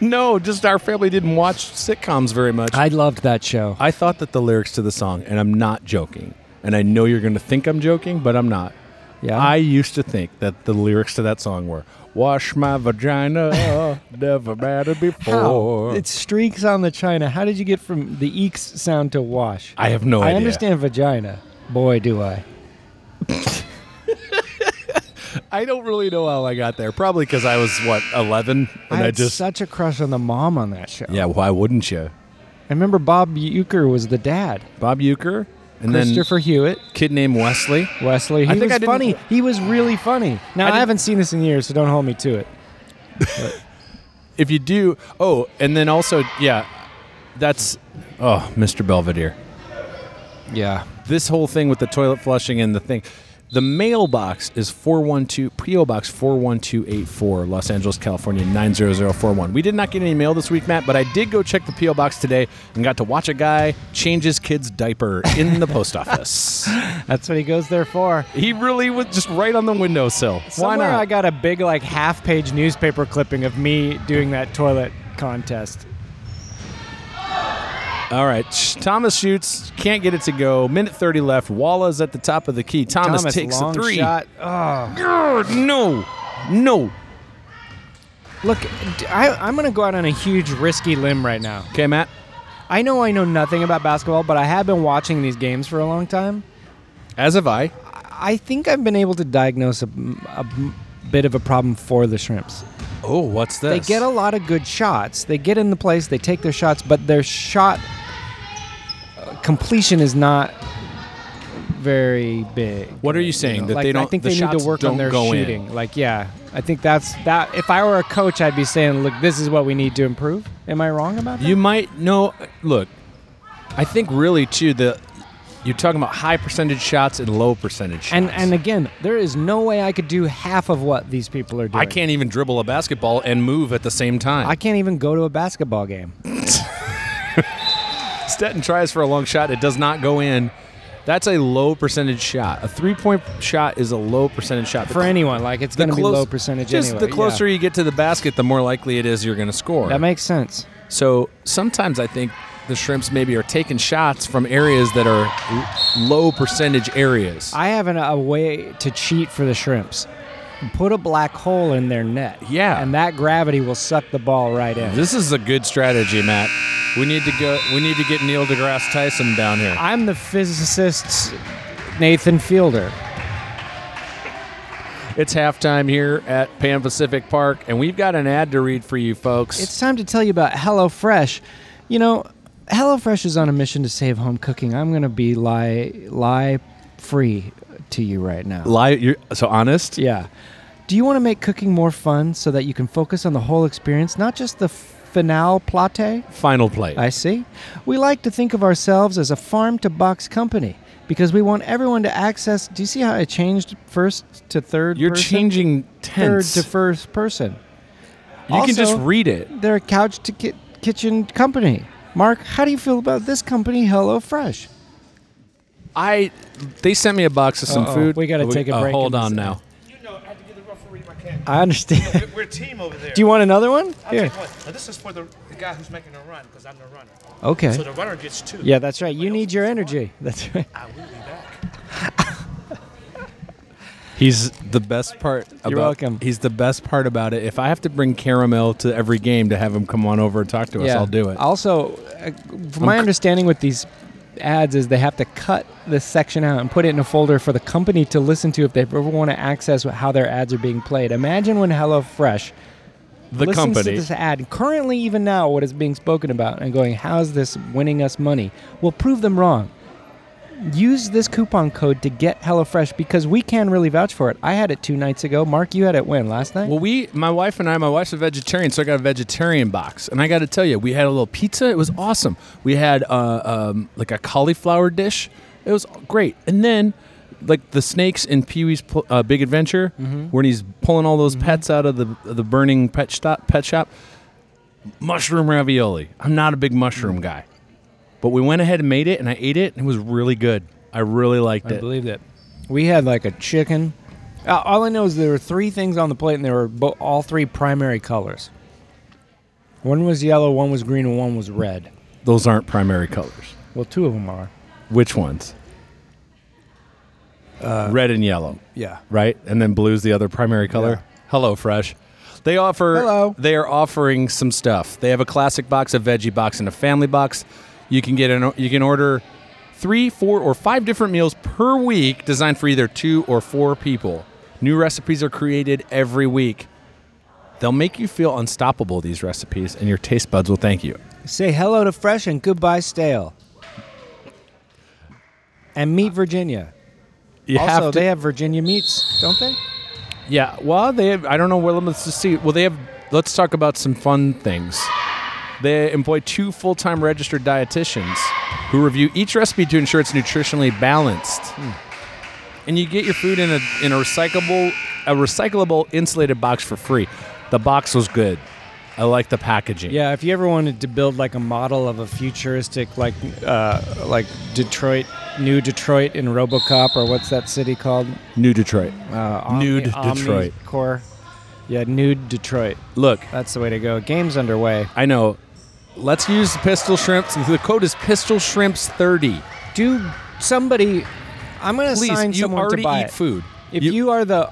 Speaker 2: No, just our family didn't watch sitcoms very much.
Speaker 1: I loved that show.
Speaker 2: I thought that the lyrics to the song, and I'm not joking, and I know you're going to think I'm joking, but I'm not.
Speaker 1: Yeah.
Speaker 2: I used to think that the lyrics to that song were "Wash my vagina, never mattered before."
Speaker 1: It's streaks on the china. How did you get from the eeks sound to wash?
Speaker 2: I have no
Speaker 1: I
Speaker 2: idea.
Speaker 1: understand vagina. Boy, do I.
Speaker 2: I don't really know how I got there. Probably because I was what 11, and
Speaker 1: I
Speaker 2: I,
Speaker 1: had
Speaker 2: just
Speaker 1: such a crush on the mom on that show.
Speaker 2: yeah. Why wouldn't you?
Speaker 1: I remember Bob Euchre was the dad.
Speaker 2: Bob Euchre, and then
Speaker 1: Christopher Hewitt,
Speaker 2: kid named Wesley.
Speaker 1: Wesley. He
Speaker 2: I think
Speaker 1: was
Speaker 2: I didn't-
Speaker 1: funny. He was really funny. Now I,
Speaker 2: didn't-
Speaker 1: haven't seen this in years, so don't hold me to it.
Speaker 2: If you do, oh, and then also yeah, that's oh, Mr. Belvedere.
Speaker 1: Yeah.
Speaker 2: this whole thing with the toilet flushing and the thing. The mailbox is 412 PO Box 41284, Los Angeles, California 90041. We did not get any mail this week, Matt, but I did go check the PO Box today and got to watch a guy change his kid's diaper in the post office.
Speaker 1: That's what he goes there for.
Speaker 2: He really was just right on the windowsill. Why
Speaker 1: Somewhere
Speaker 2: not?
Speaker 1: I got a big like half page newspaper clipping of me doing that toilet contest.
Speaker 2: All right, Sh- Thomas shoots, can't get it to go. Minute 30 left. Walla's at the top of the key. Thomas,
Speaker 1: Thomas
Speaker 2: takes
Speaker 1: long
Speaker 2: the three.
Speaker 1: shot. Oh.
Speaker 2: Grr, no. No.
Speaker 1: Look, d- I, am going to go out on a huge risky limb right now.
Speaker 2: Okay, Matt.
Speaker 1: I know I know nothing about basketball, but I have been watching these games for a long time.
Speaker 2: As have I.
Speaker 1: I think I've been able to diagnose a, a bit of a problem for the Shrimps.
Speaker 2: Oh, what's
Speaker 1: They
Speaker 2: this?
Speaker 1: get a lot of good shots. They get in the place, they take their shots, but their shot uh, completion is not very big.
Speaker 2: What are you saying that
Speaker 1: like,
Speaker 2: they don't?
Speaker 1: I think
Speaker 2: the
Speaker 1: they need
Speaker 2: shots
Speaker 1: to work
Speaker 2: don't
Speaker 1: on their
Speaker 2: go in?
Speaker 1: shooting. Like, yeah, I think that's that. If I were a coach, I'd be saying, "Look, this is what we need to improve." Am I wrong about that?
Speaker 2: You might know. Look, I think really too the you're talking about high percentage shots and low percentage shots.
Speaker 1: And and again, there is no way I could do half of what these people are doing.
Speaker 2: I can't even dribble a basketball and move at the same time.
Speaker 1: I can't even go to a basketball game.
Speaker 2: Stetton tries for a long shot. It does not go in. That's a low percentage shot. A three point shot is a low percentage shot. The
Speaker 1: for
Speaker 2: cl-
Speaker 1: anyone. Like it's
Speaker 2: the
Speaker 1: going to be
Speaker 2: close-
Speaker 1: low percentage
Speaker 2: Just
Speaker 1: anyway.
Speaker 2: the closer
Speaker 1: yeah.
Speaker 2: you get to the basket, the more likely it is you're going to score.
Speaker 1: that makes sense.
Speaker 2: So sometimes I think the shrimps maybe are taking shots from areas that are l- low percentage areas.
Speaker 1: I have an, a way to cheat for the shrimps. Put a black hole in their net.
Speaker 2: Yeah.
Speaker 1: and that gravity will suck the ball right in.
Speaker 2: this is a good strategy, Matt. We need to go. We need to get Neil deGrasse Tyson down here.
Speaker 1: I'm the physicist's Nathan Fielder.
Speaker 2: It's halftime here at Pan Pacific Park, and we've got an ad to read for you folks.
Speaker 1: It's time to tell you about HelloFresh. You know, HelloFresh is on a mission to save home cooking. I'm going to be lie lie free to you right now.
Speaker 2: lie. You're so honest.
Speaker 1: Yeah. Do you want to make cooking more fun so that you can focus on the whole experience, not just the finale plate?
Speaker 2: Final play.
Speaker 1: I see. We like to think of ourselves as a farm to box company because we want everyone to access. Do you see how I changed first to third?
Speaker 2: you're
Speaker 1: person?
Speaker 2: changing
Speaker 1: third
Speaker 2: tense.
Speaker 1: to first person.
Speaker 2: you can just
Speaker 1: also-
Speaker 2: read it.
Speaker 1: They're a couch to ki- kitchen company. Mark, how do you feel about this company, HelloFresh?
Speaker 2: I. They sent me a box of some
Speaker 1: Uh-oh.
Speaker 2: food.
Speaker 1: We gotta
Speaker 2: Oh,
Speaker 1: take a
Speaker 2: oh,
Speaker 1: break
Speaker 2: hold
Speaker 1: in this-
Speaker 2: on now.
Speaker 3: You know, I had to get the referee my can.
Speaker 1: I understand.
Speaker 3: We're a team over there.
Speaker 1: Uh, do you want another one?
Speaker 3: I'll
Speaker 1: Here.
Speaker 3: take one. Now, this is for the, the guy who's making a run because I'm the runner.
Speaker 1: Okay.
Speaker 3: So the runner gets two.
Speaker 1: Yeah, that's right. You need your energy. That's right.
Speaker 3: I will be back.
Speaker 2: He's the best part. About,
Speaker 1: welcome.
Speaker 2: He's the best part about it. If I have to bring caramel to every game to have him come on over and talk to us, I'll do it.
Speaker 1: Also, uh, from my understanding with these ads is they have to cut this section out and put it in a folder for the company to listen to if they ever want to access how their ads are being played. Imagine when HelloFresh
Speaker 2: the
Speaker 1: listens
Speaker 2: company.
Speaker 1: to this ad currently, even now, what is being spoken about, and going, "How's this winning us money?" Will prove them wrong. Use this coupon code to get HelloFresh because we can really vouch for it. I had it two nights ago. Mark, you had it when last night?
Speaker 2: Well, we, my wife and I, my wife's a vegetarian, so I got a vegetarian box, and I got to tell you, we had a little pizza. It was awesome. We had uh, um, like a cauliflower dish. It was great. And then, like the snakes in Pee Wee's Pl- uh, Big Adventure,
Speaker 1: Mm-hmm.
Speaker 2: when he's pulling all those pets out of the the burning pet shop, pet shop, mushroom ravioli. I'm not a big
Speaker 1: Mm.
Speaker 2: mushroom guy, but we went ahead and made it, and I ate it, and it was really good. I really liked
Speaker 1: I
Speaker 2: it.
Speaker 1: believe that. We had like a chicken. Uh, all I know is there were three things on the plate, and they were bo- all three primary colors. One was yellow, one was green, and one was red.
Speaker 2: Those aren't primary colors.
Speaker 1: Well, two of them are.
Speaker 2: Which ones?
Speaker 1: Uh,
Speaker 2: Red and yellow,
Speaker 1: Yeah.
Speaker 2: right? And then blue's the other primary color. Hello Fresh. They offer
Speaker 1: Hello.
Speaker 2: they are offering some stuff. They have a classic box, a veggie box, and a family box. You can get an you can order 3, 4 or 5 different meals per week designed for either 2 or 4 people. New recipes are created every week. They'll make you feel unstoppable these recipes and your taste buds will thank you.
Speaker 1: Say hello to fresh and goodbye stale. And meet Virginia.
Speaker 2: You
Speaker 1: also,
Speaker 2: have to
Speaker 1: they have Virginia meats, don't they?
Speaker 2: Yeah, well, they have, I don't know where let's just see. Well, they have let's talk about some fun things. They employ two full-time registered dietitians who review each recipe to ensure it's nutritionally balanced.
Speaker 1: Hmm.
Speaker 2: And you get your food in a in a recyclable a recyclable insulated box for free. The box was good. I like the packaging.
Speaker 1: Yeah, if you ever wanted to build like a model of a futuristic, like, uh, like Detroit, New Detroit in RoboCop, or what's that city called?
Speaker 2: New Detroit.
Speaker 1: Uh, Omni-
Speaker 2: Nude
Speaker 1: Omni
Speaker 2: Detroit.
Speaker 1: Core. Yeah, nude Detroit.
Speaker 2: Look,
Speaker 1: That's the way to go. Game's underway.
Speaker 2: I know. Let's use pistol shrimps. The code is pistol shrimps 30.
Speaker 1: Do somebody? I'm gonna
Speaker 2: Please,
Speaker 1: assign
Speaker 2: you
Speaker 1: someone
Speaker 2: already
Speaker 1: to buy
Speaker 2: eat
Speaker 1: it.
Speaker 2: food.
Speaker 1: If you, are the,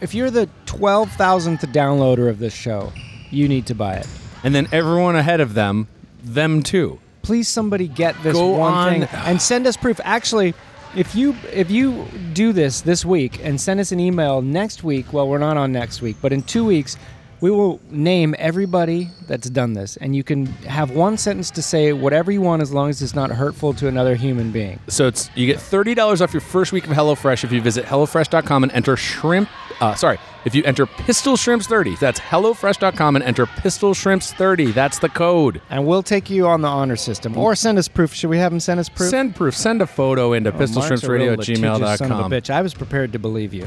Speaker 1: if you're the twelve thousandth downloader of this show, you need to buy it.
Speaker 2: and then everyone ahead of them, them too.
Speaker 1: Please, somebody get this
Speaker 2: Go
Speaker 1: one
Speaker 2: on.
Speaker 1: thing and send us proof. Actually, if you if you do this this week and send us an email next week, well, we're not on next week, but in two weeks. We will name everybody that's done this, and you can have one sentence to say whatever you want as long as it's not hurtful to another human being.
Speaker 2: So it's you get thirty dollars off your first week of HelloFresh if you visit hellofresh.com and enter shrimp. Uh, sorry, if you enter pistol shrimps thirty. That's hellofresh.com and enter pistol shrimps thirty. That's the code.
Speaker 1: And we'll take you on the honor system. Or send us proof. Should we have him send us proof?
Speaker 2: Send proof. Send a photo into
Speaker 1: Oh, Mark's a real
Speaker 2: pistolshrimpsradio at
Speaker 1: litigious Son of a
Speaker 2: gmail.com.
Speaker 1: bitch. I was prepared to believe you.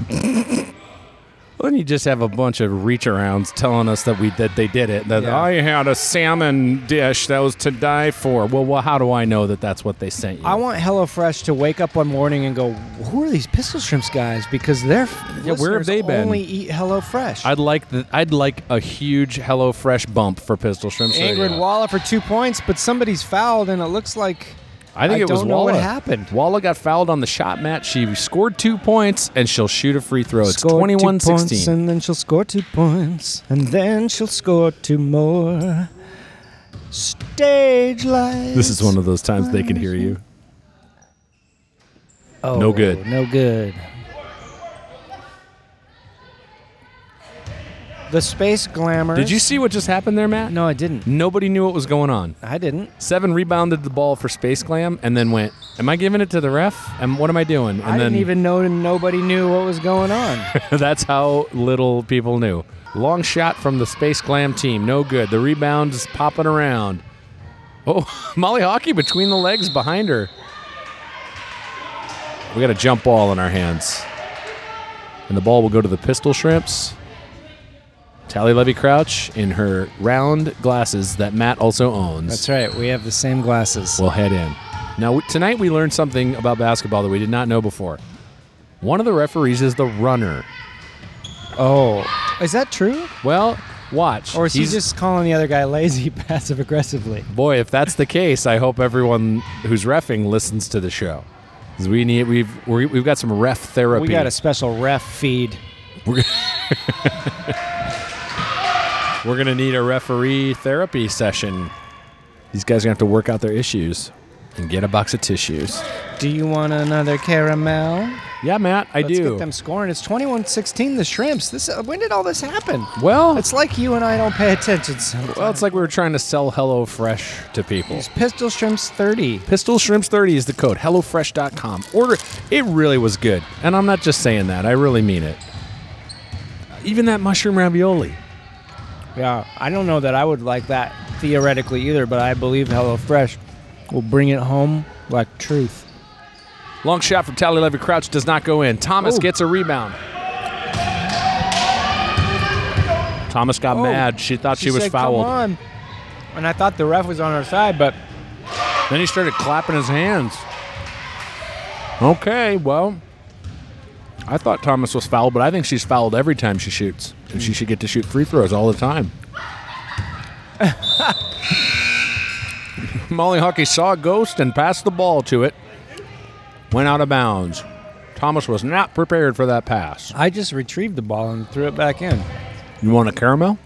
Speaker 2: Then you just have a bunch of reach arounds telling us that we that they did it. That
Speaker 1: Yeah.
Speaker 2: I had a salmon dish that was to die for. Well, well, how do I know that that's what they sent you?
Speaker 1: I want HelloFresh to wake up one morning and go, "Who are these pistol shrimps guys?" Because they're
Speaker 2: Yeah, where have they been?
Speaker 1: Only eat HelloFresh.
Speaker 2: I'd like the, I'd like a huge HelloFresh bump for pistol shrimps.
Speaker 1: Ingrid
Speaker 2: Radio.
Speaker 1: Walla for two points, but somebody's fouled, and it looks like
Speaker 2: I think
Speaker 1: I
Speaker 2: it was
Speaker 1: don't know
Speaker 2: Walla.
Speaker 1: what happened.
Speaker 2: Walla got fouled on the shot match. She scored two points and she'll shoot a free throw. Oh, It's
Speaker 1: score
Speaker 2: 21
Speaker 1: two points,
Speaker 2: 16.
Speaker 1: and then she'll score two points, and then she'll score two more. Stage lights.
Speaker 2: This is one of those times they can hear you.
Speaker 1: Oh,
Speaker 2: No good.
Speaker 1: No good. The space glamour.
Speaker 2: Did you see what just happened there, Matt?
Speaker 1: No, I didn't.
Speaker 2: Nobody knew what was going on.
Speaker 1: I didn't.
Speaker 2: Seven rebounded the ball for Space Glam and then went, Am I giving it to the ref? And what am I doing? And
Speaker 1: I
Speaker 2: then
Speaker 1: didn't even know nobody knew what was going on.
Speaker 2: that's how little people knew. Long shot from the Space Glam team. No good. The rebound is popping around. Oh, Molly Hockey between the legs behind her. We got a jump ball in our hands. And the ball will go to the Pistol Shrimps. Tally Levy Crouch in her round glasses that Matt also owns
Speaker 1: That's right. We have the same glasses.
Speaker 2: will head in. Now, w- tonight we learned something about basketball that we did not know before. One of the referees is the runner.
Speaker 1: oh, is that true?
Speaker 2: Well, watch.
Speaker 1: Or is
Speaker 2: He's-
Speaker 1: he just calling the other guy lazy passive aggressively?
Speaker 2: boy? If that's the case, I hope everyone who's refing listens to the show. 'Cause We need we've we- we've got some ref therapy.
Speaker 1: We got a special ref feed.
Speaker 2: We're gonna need a referee therapy session. These guys are gonna have to work out their issues and get a box of tissues.
Speaker 1: Do you want another caramel?
Speaker 2: Yeah, Matt, I
Speaker 1: Let's
Speaker 2: do.
Speaker 1: get them scoring. It's 21-16 the Shrimps. This uh, when did all this happen?
Speaker 2: Well,
Speaker 1: It's like you and I don't pay attention uh, sometimes.
Speaker 2: well, it's like we were trying to sell HelloFresh to people.
Speaker 1: Pistol Shrimps 30.
Speaker 2: Pistol Shrimps 30 is the code. HelloFresh.com. Order. It really was good. And I'm not just saying that. I really mean it. Even that mushroom ravioli.
Speaker 1: Yeah, I don't know that I would like that theoretically either, but I believe HelloFresh will bring it home like truth.
Speaker 2: Long shot from Tally Levy Crouch does not go in. Thomas
Speaker 1: Oh.
Speaker 2: gets a rebound. Thomas got
Speaker 1: Oh.
Speaker 2: mad. She thought she, was
Speaker 1: said,
Speaker 2: fouled.
Speaker 1: Come on. And I thought the ref was on her side, but
Speaker 8: Then he started clapping his hands.
Speaker 2: Okay, well, I thought Thomas was fouled, but I think she's fouled every time she shoots, and she should get to shoot free throws all the time. Molly Hockey saw a ghost and passed the ball to it. Went out of bounds. Thomas was not prepared for that pass.
Speaker 1: I just retrieved the ball and threw it back in.
Speaker 2: You want a caramel?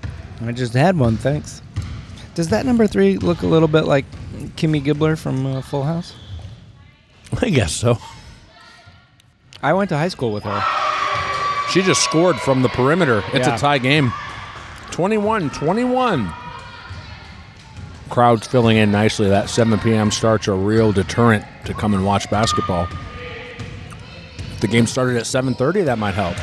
Speaker 1: I just had one, thanks. Does that number three look a little bit like Kimmy Gibbler from uh, Full House?
Speaker 2: I guess so.
Speaker 1: I went to high school with her.
Speaker 8: She just scored from the perimeter. It's
Speaker 1: Yeah.
Speaker 8: a tie game.
Speaker 2: 21 21. Crowd's filling in nicely. That 7 p.m. starts a real deterrent to come and watch basketball. If the game started at 7:30, that might help.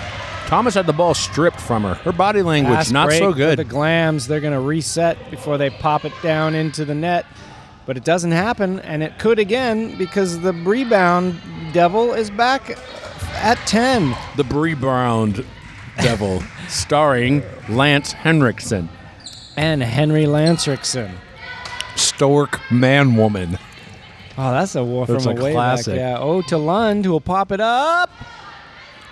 Speaker 2: Thomas had the ball stripped from her. Her body language
Speaker 1: Fast
Speaker 2: not
Speaker 1: break
Speaker 2: so
Speaker 1: for The
Speaker 2: good.
Speaker 1: Glams, they're going to reset before they pop it down into the net. But it doesn't happen, and it could again because the rebound devil is back at 10.
Speaker 2: The, Bree Brown Devil, starring Lance Henriksen,
Speaker 1: And Henry Lansrickson.
Speaker 2: Stork Man Woman.
Speaker 1: Oh, that's a war
Speaker 2: That's
Speaker 1: from
Speaker 2: a
Speaker 1: a way
Speaker 2: classic.
Speaker 1: back. Yeah. Oh, to Lund, who will pop it up.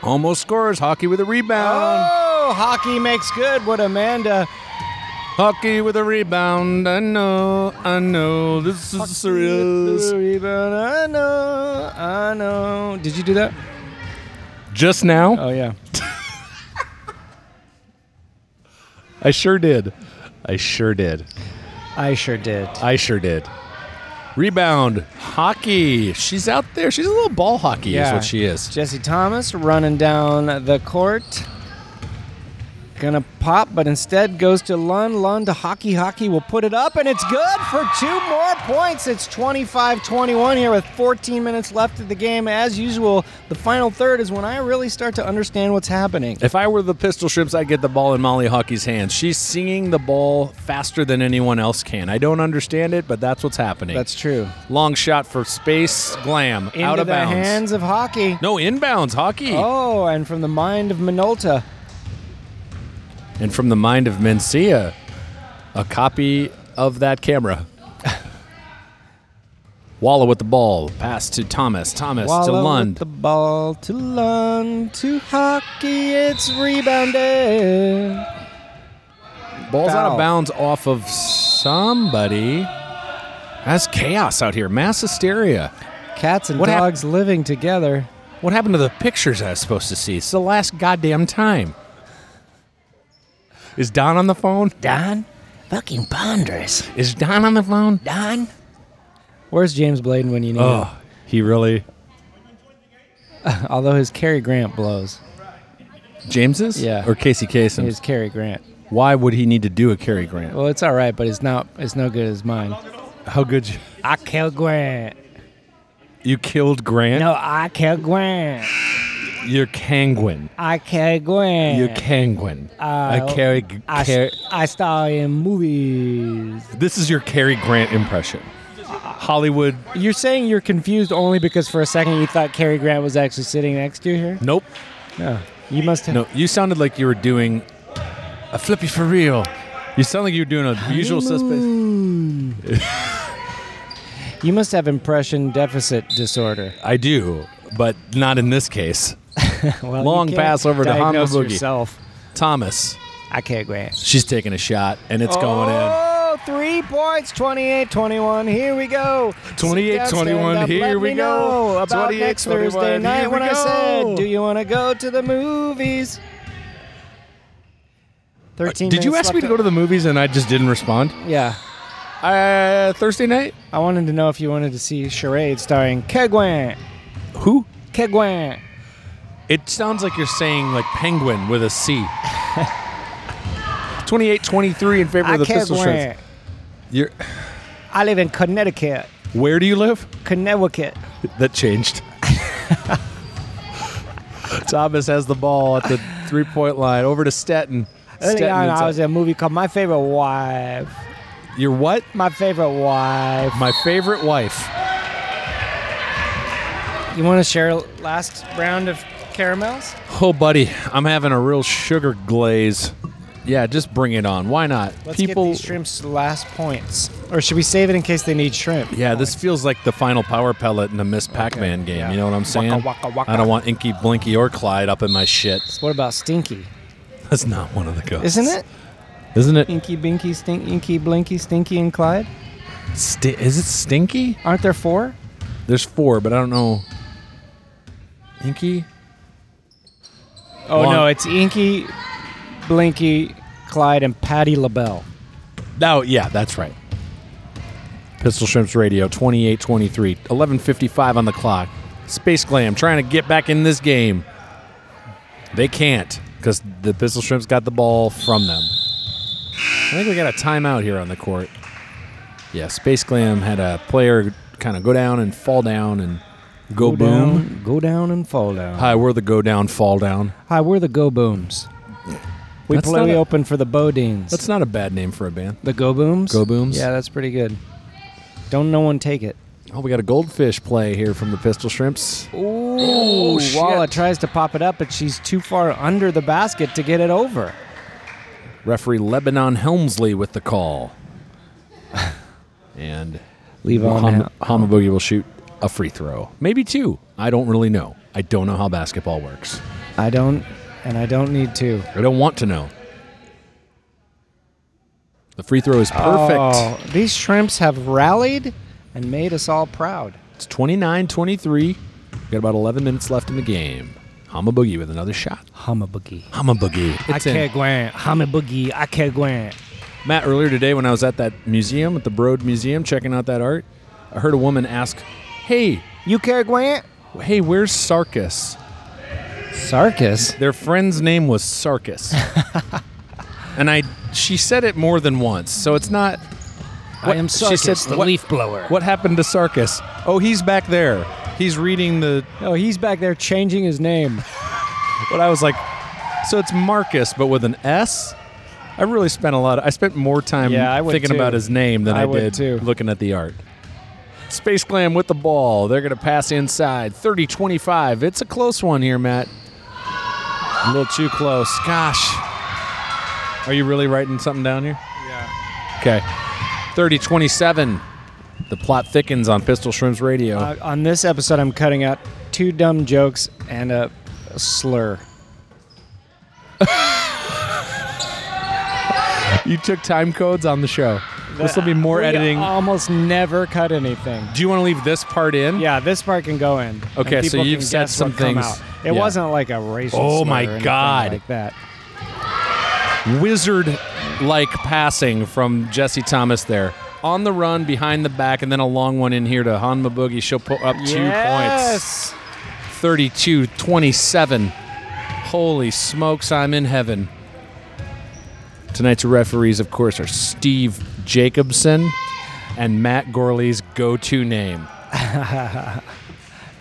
Speaker 2: Almost scores. Hockey with a rebound.
Speaker 1: Oh, hockey makes good. What Amanda.
Speaker 2: Hockey with a rebound. I know. I know. This is real.
Speaker 1: Rebound. I know. I know. Did you do that?
Speaker 2: Just now.
Speaker 1: Oh, yeah.
Speaker 2: I sure did. I sure did.
Speaker 1: I sure did.
Speaker 2: I sure did. Rebound. Hockey. She's out there. She's a little ball hockey, is
Speaker 1: Yeah.
Speaker 2: what she is.
Speaker 1: Jesse Thomas running down the court. Gonna pop, but instead goes to Lund. Lund to Hockey. Hockey will put it up, and it's good for two more points. It's 25 21 here with 14 minutes left of the game. As usual, the final third is when I really start to understand what's happening.
Speaker 2: If I were the pistol shrimps, I'd get the ball in Molly Hockey's hands. She's singing the ball faster than anyone else can. I don't understand it, but that's what's happening.
Speaker 1: That's true.
Speaker 2: long shot for space glam
Speaker 1: Into
Speaker 2: out of
Speaker 1: the
Speaker 2: bounds.
Speaker 1: hands of hockey.
Speaker 2: No inbounds, hockey.
Speaker 1: Oh, and from the mind of Minolta.
Speaker 2: And from the mind of Mencia, a copy of that camera. Walla with the ball. Pass to Thomas. Thomas to
Speaker 1: Wallow
Speaker 2: Lund.
Speaker 1: with the ball to Lund to hockey. It's rebounded.
Speaker 2: Ball's out of
Speaker 1: foul.
Speaker 2: bounds off of somebody. That's chaos out here. Mass hysteria.
Speaker 1: Cats and
Speaker 2: What hap-
Speaker 1: dogs living together.
Speaker 2: What happened to the pictures I was supposed to see? It's the last goddamn time. Is Don on the phone?
Speaker 1: Don? Fucking ponderous.
Speaker 2: Is Don on the phone?
Speaker 1: Don? Where's James Bladen when you need him?
Speaker 2: Oh, he really.
Speaker 1: Although his Cary Grant blows.
Speaker 2: James's?
Speaker 1: Yeah.
Speaker 2: Or Casey Kasem?
Speaker 1: His Cary Grant.
Speaker 2: Why would he need to do a Cary Grant?
Speaker 1: Well, it's all right, but it's not. It's no good as mine.
Speaker 2: How good you,
Speaker 1: I kill Grant.
Speaker 2: you killed Grant?
Speaker 1: I kill Grant.
Speaker 2: You're Kanguin.
Speaker 1: I kill Grant.
Speaker 2: You're Kanguin.
Speaker 1: Uh,
Speaker 2: a Cary, G- Car-
Speaker 1: I star in movies.
Speaker 2: this is your Cary Grant impression. Hollywood.
Speaker 1: You're saying you're confused only because for a second you thought Cary Grant was actually sitting next to you here?
Speaker 2: Nope.
Speaker 1: No. You must have.
Speaker 2: No, you sounded like you were doing a flippy for real. You sound like you were doing a usual suspect.
Speaker 1: You must have impression deficit disorder.
Speaker 2: I do, but not in this case.
Speaker 1: Well,
Speaker 2: Long
Speaker 1: you can't
Speaker 2: pass over to Hama
Speaker 1: diagnose
Speaker 2: Boogie.
Speaker 1: yourself.
Speaker 2: Thomas,
Speaker 1: I can't grant.
Speaker 2: she's taking a shot, and it's going in.
Speaker 1: Oh, three points, 28-21. Here we go.
Speaker 8: 28-21,
Speaker 1: Sit down, stand up,
Speaker 8: here
Speaker 1: let
Speaker 8: we
Speaker 1: me
Speaker 8: go.
Speaker 1: know about next
Speaker 8: 28-21,
Speaker 1: Thursday night
Speaker 8: here we
Speaker 1: when I said,
Speaker 8: go.
Speaker 1: "Do you want to go to the movies?" Thirteen.
Speaker 8: Uh, Did you
Speaker 1: minutes
Speaker 8: ask me
Speaker 1: left
Speaker 8: to go to the movies and I just didn't respond?
Speaker 1: Yeah,
Speaker 8: Uh, Thursday night?
Speaker 1: I wanted to know if you wanted to see Charade starring Kegwan.
Speaker 8: Who?
Speaker 1: Kegwan.
Speaker 2: It sounds like you're saying like penguin with a C. 28-23 in favor
Speaker 1: I
Speaker 2: of the
Speaker 1: can't
Speaker 2: pistol
Speaker 1: win.
Speaker 2: shots. You're,
Speaker 1: I live in Connecticut.
Speaker 2: where do you live?
Speaker 1: Connecticut.
Speaker 2: That changed. Thomas has the ball at the three-point line. Over to Stetton.
Speaker 1: Early
Speaker 2: Stetton
Speaker 1: on, I
Speaker 2: inside.
Speaker 1: was in a movie called My Favorite Wife.
Speaker 2: Your what?
Speaker 1: My Favorite Wife.
Speaker 2: My favorite wife.
Speaker 1: You want to share last round of caramels?
Speaker 2: Oh, buddy, I'm having a real sugar glaze. Yeah, just bring it on. Why not?
Speaker 1: Let's get these shrimps last points. Or should we save it in case they need shrimp?
Speaker 2: Yeah, this feels like the final power pellet in a Miss Pac-Man game. You know what I'm saying?
Speaker 1: waka, waka.
Speaker 2: I don't want Inky, Blinky, or Clyde up in my shit.
Speaker 1: What about Stinky?
Speaker 2: That's not one of the ghosts,
Speaker 1: Isn't it?
Speaker 2: Isn't it?
Speaker 1: Inky, Binky, Stink, Inky, Blinky, Stinky, and Clyde?
Speaker 2: Sti- is it Stinky?
Speaker 1: Aren't there four?
Speaker 2: There's four, but I don't know. Inky,
Speaker 1: Oh
Speaker 2: One.
Speaker 1: no, it's Inky, Blinky, Clyde, and Patty LaBelle.
Speaker 2: No, yeah, that's right. Pistol Shrimps Radio, 28-23, 11.55 on the clock. Space Glam trying to get back in this game. They can't because the Pistol Shrimps got the ball from them. I think we got a timeout here on the court. Yeah, Space Glam had a player kind of go down and fall down and go, boom.
Speaker 1: down, go down and fall down.
Speaker 2: Hi, we're the go down, fall down.
Speaker 1: Hi, we're the Go Booms. We
Speaker 2: That's
Speaker 1: play.
Speaker 2: not
Speaker 1: We
Speaker 2: a-
Speaker 1: open for the Bodines.
Speaker 2: That's not a bad name for a band.
Speaker 1: the Go Booms.
Speaker 2: Go Booms?
Speaker 1: Yeah, that's pretty good. Don't no one take it.
Speaker 2: Oh, we got a goldfish play here from the Pistol Shrimps.
Speaker 1: Ooh, Walla tries to pop it up, but she's too far under the basket to get it over.
Speaker 2: Referee Lebanon Helmsley with the call. and
Speaker 1: Levon,
Speaker 2: Hama, Hama Boogie will shoot a free throw. Maybe two. I don't really know. I don't know how basketball works.
Speaker 1: I don't, and I don't need to.
Speaker 2: I don't want to know. The free throw is perfect.
Speaker 1: Oh, these shrimps have rallied and made us all proud.
Speaker 2: It's 29 23. Got about 11 minutes left in the game. Hama Boogie with another shot.
Speaker 1: Hama boogie.
Speaker 2: Hama Boogie. It's in.
Speaker 1: gwant. Hama boogie. I can't gwant.
Speaker 2: Matt, earlier today when I was at that museum, at the Broad Museum, checking out that art, I heard a woman ask, Hey,
Speaker 1: You can't gwant?
Speaker 2: hey, where's Sarkis?
Speaker 1: Sarkis.
Speaker 2: Their friend's name was Sarkis. and I she said it more than once, so it's not
Speaker 1: I am
Speaker 2: she said,
Speaker 1: Sarkis, the
Speaker 2: what-
Speaker 1: leaf blower.
Speaker 2: what happened to Sarkis? Oh, he's back there. He's reading the
Speaker 1: Oh, he's back there changing his name.
Speaker 2: what I was like, so it's Marcus but with an S? I really spent a lot of, I spent more time
Speaker 1: Yeah, I would
Speaker 2: thinking
Speaker 1: too.
Speaker 2: about his name than
Speaker 1: I
Speaker 2: I,
Speaker 1: would
Speaker 2: did
Speaker 1: too.
Speaker 2: looking at the art. Space Glam with the ball. They're going to pass inside. 30-25. It's a close one here, Matt. A little too close. Gosh. Are you really writing something down here? Yeah. Okay. 30-27. The plot thickens on Pistol Shrimps Radio.
Speaker 1: Uh, on this episode, I'm cutting out two dumb jokes and a, a slur.
Speaker 2: you took time codes on the show. This will be more
Speaker 1: We
Speaker 2: editing.
Speaker 1: Almost never cut anything.
Speaker 2: Do you want to leave this part in?
Speaker 1: Yeah, this part can go in. and
Speaker 2: Okay, so
Speaker 1: people
Speaker 2: you've
Speaker 1: can
Speaker 2: said
Speaker 1: guess what
Speaker 2: some
Speaker 1: come
Speaker 2: things-
Speaker 1: out. It
Speaker 2: yeah.
Speaker 1: wasn't like a racial.
Speaker 2: Oh
Speaker 1: slur
Speaker 2: my
Speaker 1: or anything
Speaker 2: God.
Speaker 1: Like that.
Speaker 2: wizard like passing from Jesse Thomas there. On the run, behind the back, and then a long one in here to Hanma Boogie. She'll put up two points.
Speaker 1: yes.
Speaker 2: 32 27. Holy smokes, I'm in heaven. Tonight's referees, of course, are Steve Jacobson and Matt Gorley's go to name.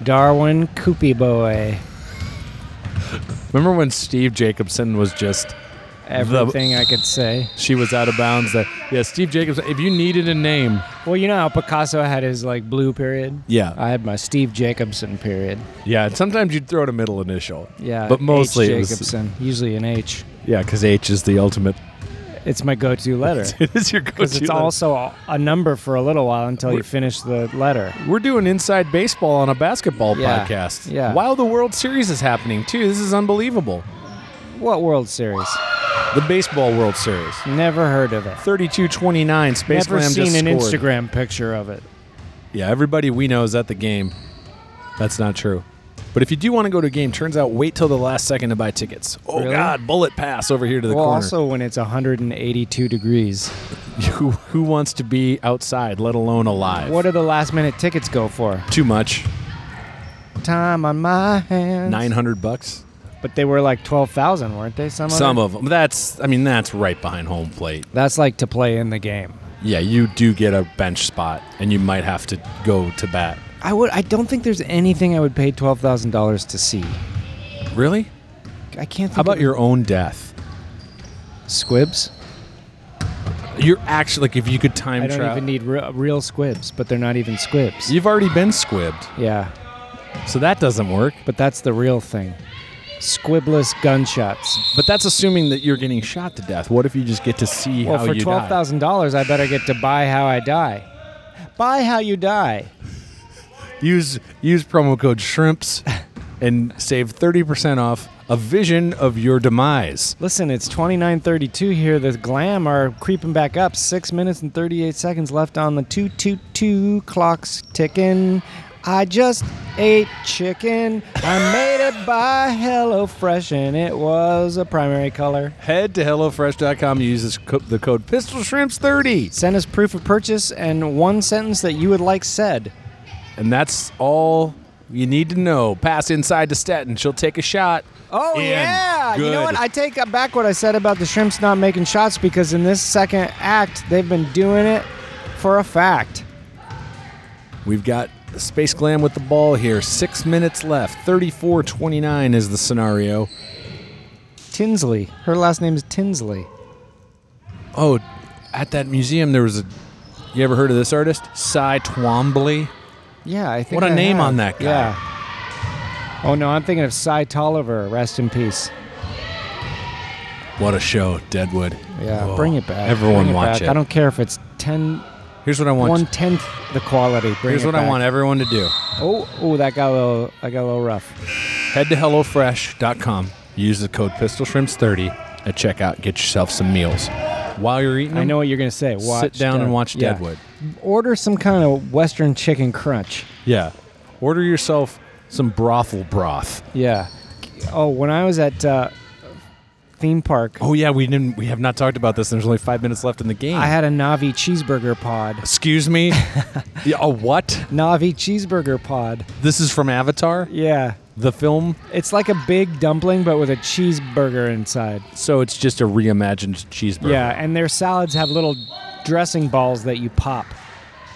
Speaker 1: Darwin Koopy Boy.
Speaker 2: Remember when Steve Jacobson was just
Speaker 1: Everything I could say.
Speaker 2: she was out of bounds? That yeah, Steve Jacobson. If you needed a name,
Speaker 1: Well, you know how Picasso had his like blue period.
Speaker 2: Yeah.
Speaker 1: I had my Steve Jacobson period.
Speaker 2: yeah. and Sometimes you'd throw out a middle initial.
Speaker 1: Yeah,
Speaker 2: but mostly
Speaker 1: H.
Speaker 2: it was-
Speaker 1: Jacobson. usually an H.
Speaker 2: Yeah, because H is the ultimate.
Speaker 1: It's my go-to letter
Speaker 2: It is your go-to.
Speaker 1: because it's also a- a number for a little while until you finish the letter.
Speaker 2: We're doing inside baseball on a basketball
Speaker 1: Yeah,
Speaker 2: podcast.
Speaker 1: yeah.
Speaker 2: While the World Series is happening too, this is unbelievable.
Speaker 1: What World Series?
Speaker 2: The baseball World Series.
Speaker 1: Never heard of it.
Speaker 2: 32-29, Space
Speaker 1: Never
Speaker 2: Glam
Speaker 1: seen
Speaker 2: just
Speaker 1: an
Speaker 2: scored.
Speaker 1: Instagram picture of it.
Speaker 2: Yeah, everybody we know is at the game. That's not true. But if you do want to go to a game, turns out wait till the last second to buy tickets. Oh
Speaker 1: Really?
Speaker 2: God, bullet pass over here to the
Speaker 1: well,
Speaker 2: corner.
Speaker 1: also when it's 182 degrees.
Speaker 2: who, who wants to be outside, let alone alive?
Speaker 1: What do the last minute tickets go for?
Speaker 2: Too much.
Speaker 1: time on my hands.
Speaker 2: Nine hundred bucks.
Speaker 1: But they were like 12,000, weren't they? Some,
Speaker 2: Some
Speaker 1: other-
Speaker 2: of them. That's. I mean, that's right behind home plate.
Speaker 1: That's like to play in the game.
Speaker 2: Yeah, you do get a bench spot, and you might have to go to bat.
Speaker 1: I would. I don't think there's anything I would pay twelve thousand dollars to see.
Speaker 2: Really?
Speaker 1: I can't. Think
Speaker 2: How about
Speaker 1: of-
Speaker 2: your own death?
Speaker 1: squibs?
Speaker 2: You're actually like if you could time
Speaker 1: I don't
Speaker 2: travel.
Speaker 1: even need re- real squibs, but they're not even squibs.
Speaker 2: You've already been squibbed,
Speaker 1: yeah,
Speaker 2: so that doesn't work.
Speaker 1: but that's the real thing. Squibless gunshots.
Speaker 2: But that's assuming that you're getting shot to death. What if you just get to see
Speaker 1: Well,
Speaker 2: how
Speaker 1: for
Speaker 2: you
Speaker 1: twelve
Speaker 2: die?
Speaker 1: thousand dollars, I better get to buy how I die. Buy how you die.
Speaker 2: Use use promo code shrimps and save 30% off a vision of your demise.
Speaker 1: Listen, it's twenty nine thirty two here. The glam are creeping back up. Six minutes and thirty eight seconds left on the two two two clocks ticking. I just ate chicken. I made it by HelloFresh, and it was a primary color.
Speaker 2: Head to hellofresh.com use this co- the code pistol shrimps 30
Speaker 1: Send us proof of purchase and one sentence that you would like said.
Speaker 2: and that's all you need to know. Pass inside to Stetton, she'll take a shot.
Speaker 1: Oh
Speaker 2: And
Speaker 1: yeah! You know
Speaker 2: good.
Speaker 1: what? I take back what I said about the shrimps not making shots because in this second act they've been doing it for a fact.
Speaker 2: We've got Space Glam with the ball here. 6 minutes left. 34-29 is the scenario.
Speaker 1: Tinsley. Her last name is Tinsley.
Speaker 2: Oh, at that museum there was a You ever heard of this artist? Cy Twombly.
Speaker 1: Yeah, I think
Speaker 2: What a
Speaker 1: I
Speaker 2: name
Speaker 1: have.
Speaker 2: on that guy.
Speaker 1: Yeah. Oh no, I'm thinking of Cy Tolliver. Rest in peace.
Speaker 2: What a show, Deadwood.
Speaker 1: Yeah,
Speaker 2: Oh,
Speaker 1: bring it back.
Speaker 2: Everyone
Speaker 1: Bring
Speaker 2: watch
Speaker 1: back.
Speaker 2: it.
Speaker 1: I don't care if it's ten,
Speaker 2: Here's what I want.
Speaker 1: one tenth the quality. Bring
Speaker 2: Here's
Speaker 1: it
Speaker 2: what I
Speaker 1: back.
Speaker 2: want everyone to do.
Speaker 1: Oh, oh, that got a little, I got a little rough.
Speaker 2: Head to E hellofresh.com. Use the code pistolshrimps30 at checkout. Get yourself some meals. While you're eating,
Speaker 1: I
Speaker 2: them,
Speaker 1: know what you're gonna say. Watch
Speaker 2: sit down
Speaker 1: Dead-
Speaker 2: and watch
Speaker 1: yeah.
Speaker 2: Deadwood.
Speaker 1: Order some kind of Western chicken crunch.
Speaker 2: Yeah. Order yourself some brothel broth.
Speaker 1: Yeah. Oh, when I was at uh, theme park,
Speaker 2: Oh yeah, we didn't. We have not talked about this. There's only five minutes left in the game.
Speaker 1: I had a Navi cheeseburger pod.
Speaker 2: Excuse me. yeah, a what?
Speaker 1: Navi cheeseburger pod.
Speaker 2: This is from Avatar,
Speaker 1: Yeah.
Speaker 2: the film.
Speaker 1: It's like a big dumpling, but with a cheeseburger inside.
Speaker 2: So it's just a reimagined cheeseburger.
Speaker 1: Yeah, and their salads have little dressing balls that you pop.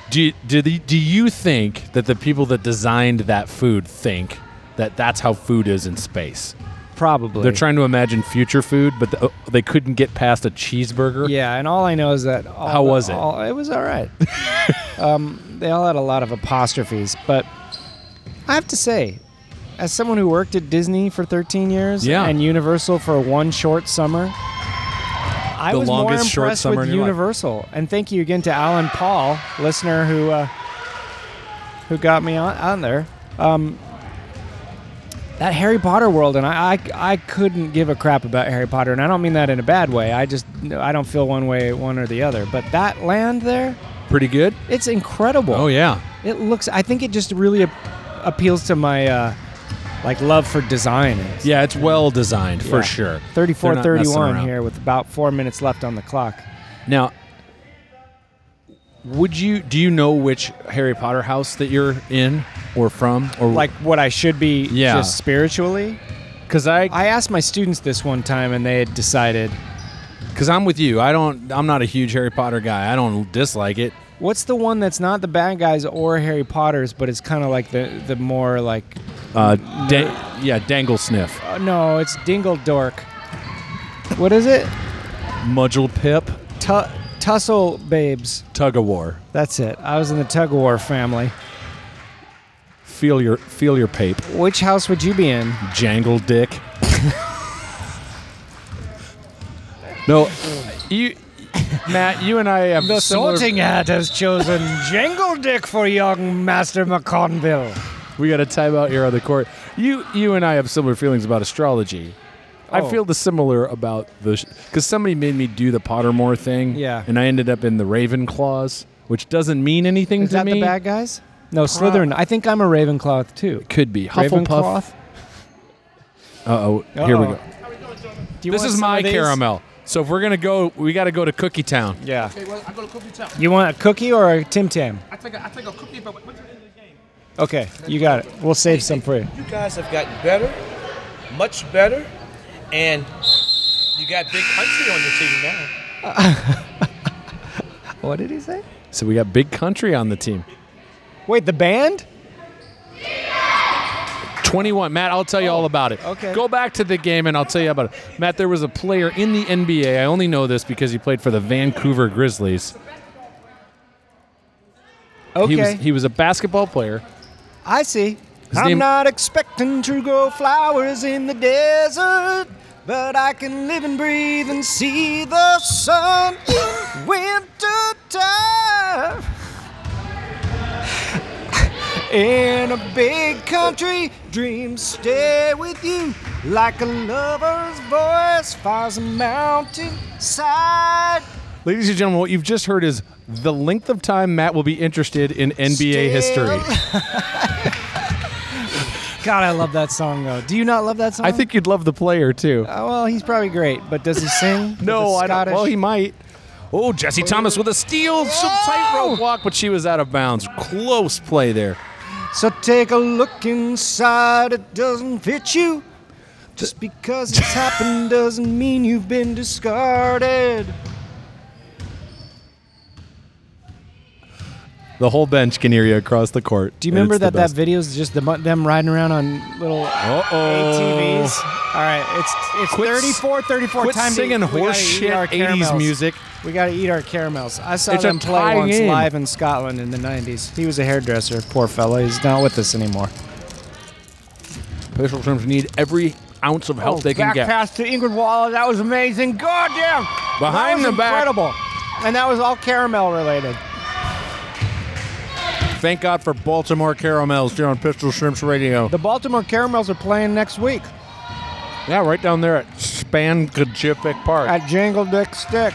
Speaker 2: Do you, do, the, do you think that the people that designed that food think that that's how food is in space?
Speaker 1: Probably.
Speaker 2: They're trying to imagine future food, but the, they couldn't get past a cheeseburger.
Speaker 1: Yeah, and all I know is that. All
Speaker 2: How was it?
Speaker 1: all- it was all right. um, they all had a lot of apostrophes, but I have to say, as someone who worked at Disney for 13 years
Speaker 2: Yeah.
Speaker 1: and Universal for one short summer, I
Speaker 2: The
Speaker 1: was
Speaker 2: longest
Speaker 1: more
Speaker 2: short
Speaker 1: impressed
Speaker 2: summer
Speaker 1: with
Speaker 2: in your life.
Speaker 1: Universal. And thank you again to Alan Paul, listener who uh, who got me on, on there. Um, that Harry Potter world, and I, I, I couldn't give a crap about Harry Potter, and I don't mean that in a bad way. I just, I don't feel one way, one or the other. But that land there,
Speaker 2: Pretty good.
Speaker 1: it's incredible.
Speaker 2: Oh yeah.
Speaker 1: It looks. I think it just really ap- appeals to my uh, like love for design.
Speaker 2: Yeah, it's well designed for
Speaker 1: Yeah.
Speaker 2: sure. They're
Speaker 1: Thirty-four,
Speaker 2: not messing
Speaker 1: thirty-one
Speaker 2: around.
Speaker 1: here with about four minutes left on the clock.
Speaker 2: Now, would you do you know which Harry Potter house that you're in or from or
Speaker 1: Like what I should be
Speaker 2: Yeah.
Speaker 1: just spiritually.
Speaker 2: Because I
Speaker 1: I asked my students this one time, and they had decided.
Speaker 2: because I'm with you. I don't. I'm not a huge Harry Potter guy. I don't dislike it.
Speaker 1: What's the one that's not the bad guys or Harry Potter's, but it's kind of like the the more like
Speaker 2: Uh, da- yeah, dangle sniff,
Speaker 1: oh, no, it's Dingle Dork. What is it?
Speaker 2: mudgel pip,
Speaker 1: Tu- tussle babes.
Speaker 2: tug of war.
Speaker 1: That's it. I was in the tug of war family.
Speaker 2: Feel your feel your pape,
Speaker 1: Which house would you be in?
Speaker 2: jangle dick. no, you, Matt, you and I have
Speaker 1: The
Speaker 2: similar-
Speaker 1: sorting hat has chosen Jangle Dick for young Master McConville.
Speaker 2: We got a timeout here on the court. You you and I have similar feelings about astrology. I
Speaker 1: Oh.
Speaker 2: feel the similar about the because somebody made me do the Pottermore thing.
Speaker 1: Yeah.
Speaker 2: and I ended up in the Ravenclaws, which doesn't mean anything
Speaker 1: Is
Speaker 2: to
Speaker 1: that
Speaker 2: me.
Speaker 1: the bad guys? No, Slytherin. I think I'm a Ravenclaw too.
Speaker 2: Could be
Speaker 1: Ravenclaw.
Speaker 2: Hufflepuff. Uh oh, here we
Speaker 1: Uh-oh.
Speaker 2: go.
Speaker 1: Do you
Speaker 2: This
Speaker 1: want
Speaker 2: is
Speaker 1: some
Speaker 2: my
Speaker 1: of these?
Speaker 2: caramel. So if we're gonna go, we got to go to Cookie Town.
Speaker 1: Yeah.
Speaker 3: Okay, well, I'm gonna cookie town.
Speaker 1: You want a cookie or a Tim Tam?
Speaker 3: I take a, I take a cookie, but what's the end of the game?
Speaker 1: Okay, you got it. We'll save some for you.
Speaker 3: You guys have gotten better, much better, and you got big country on your team now.
Speaker 1: What did he say?
Speaker 2: So we got Big Country on the team.
Speaker 1: Wait, the band?
Speaker 2: 21. Matt, I'll tell you all about it.
Speaker 1: Oh, okay.
Speaker 2: Go back to the game and I'll tell you about it. Matt, there was a player in the NBA. I only know this because he played for the Vancouver Grizzlies.
Speaker 1: Okay,
Speaker 2: He was he was a basketball player.
Speaker 1: I see.
Speaker 2: His
Speaker 1: I'm
Speaker 2: name-
Speaker 1: not expecting to grow flowers in the desert, but I can live and breathe and see the sun in winter time. In a big country, dreams stay with you like a lover's voice fires a mountain side.
Speaker 2: Ladies and gentlemen, what you've just heard is the length of time Matt will be interested in NBA history.
Speaker 1: God, I love that song though. Do you not love that song?
Speaker 2: I think you'd love the player too.
Speaker 1: Uh, well, he's probably great, but does he sing? With
Speaker 2: no,
Speaker 1: the
Speaker 2: I don't.
Speaker 1: Scottish-
Speaker 2: Well, he might. Oh, Jesse Thomas with a steal, some tightrope walk, but she was out of bounds. Close play there.
Speaker 1: So take a look inside. It doesn't fit you. Just because it's happened doesn't mean you've been discarded.
Speaker 2: The whole bench can hear you across the court.
Speaker 1: Do you remember that that video is just the, mu- them riding around on little
Speaker 2: Uh oh.
Speaker 1: ATVs? All right, it's it's
Speaker 2: Quit s-
Speaker 1: 34, 34.
Speaker 2: Quit
Speaker 1: time to
Speaker 2: singing
Speaker 1: eat. We gotta
Speaker 2: horse
Speaker 1: eat
Speaker 2: shit
Speaker 1: our
Speaker 2: 80s
Speaker 1: caramels.
Speaker 2: music.
Speaker 1: We gotta eat our caramels. I saw
Speaker 2: It's a
Speaker 1: them play
Speaker 2: tie
Speaker 1: once
Speaker 2: game.
Speaker 1: live in Scotland in the 90s. He was a hairdresser, poor fella. He's not with us anymore.
Speaker 2: Special teams need every ounce of help
Speaker 1: Oh,
Speaker 2: they can
Speaker 1: back
Speaker 2: get.
Speaker 1: pass to Ingrid Waller. That was amazing. Goddamn.
Speaker 2: Behind
Speaker 1: that was
Speaker 2: the back.
Speaker 1: Incredible. And that was all caramel related.
Speaker 2: Thank God for Baltimore caramels here on Pistol Shrimps Radio.
Speaker 1: The Baltimore Caramels are playing next week
Speaker 2: Yeah, right down there at Spankajipic Park.
Speaker 1: at Jangle Dick Stick.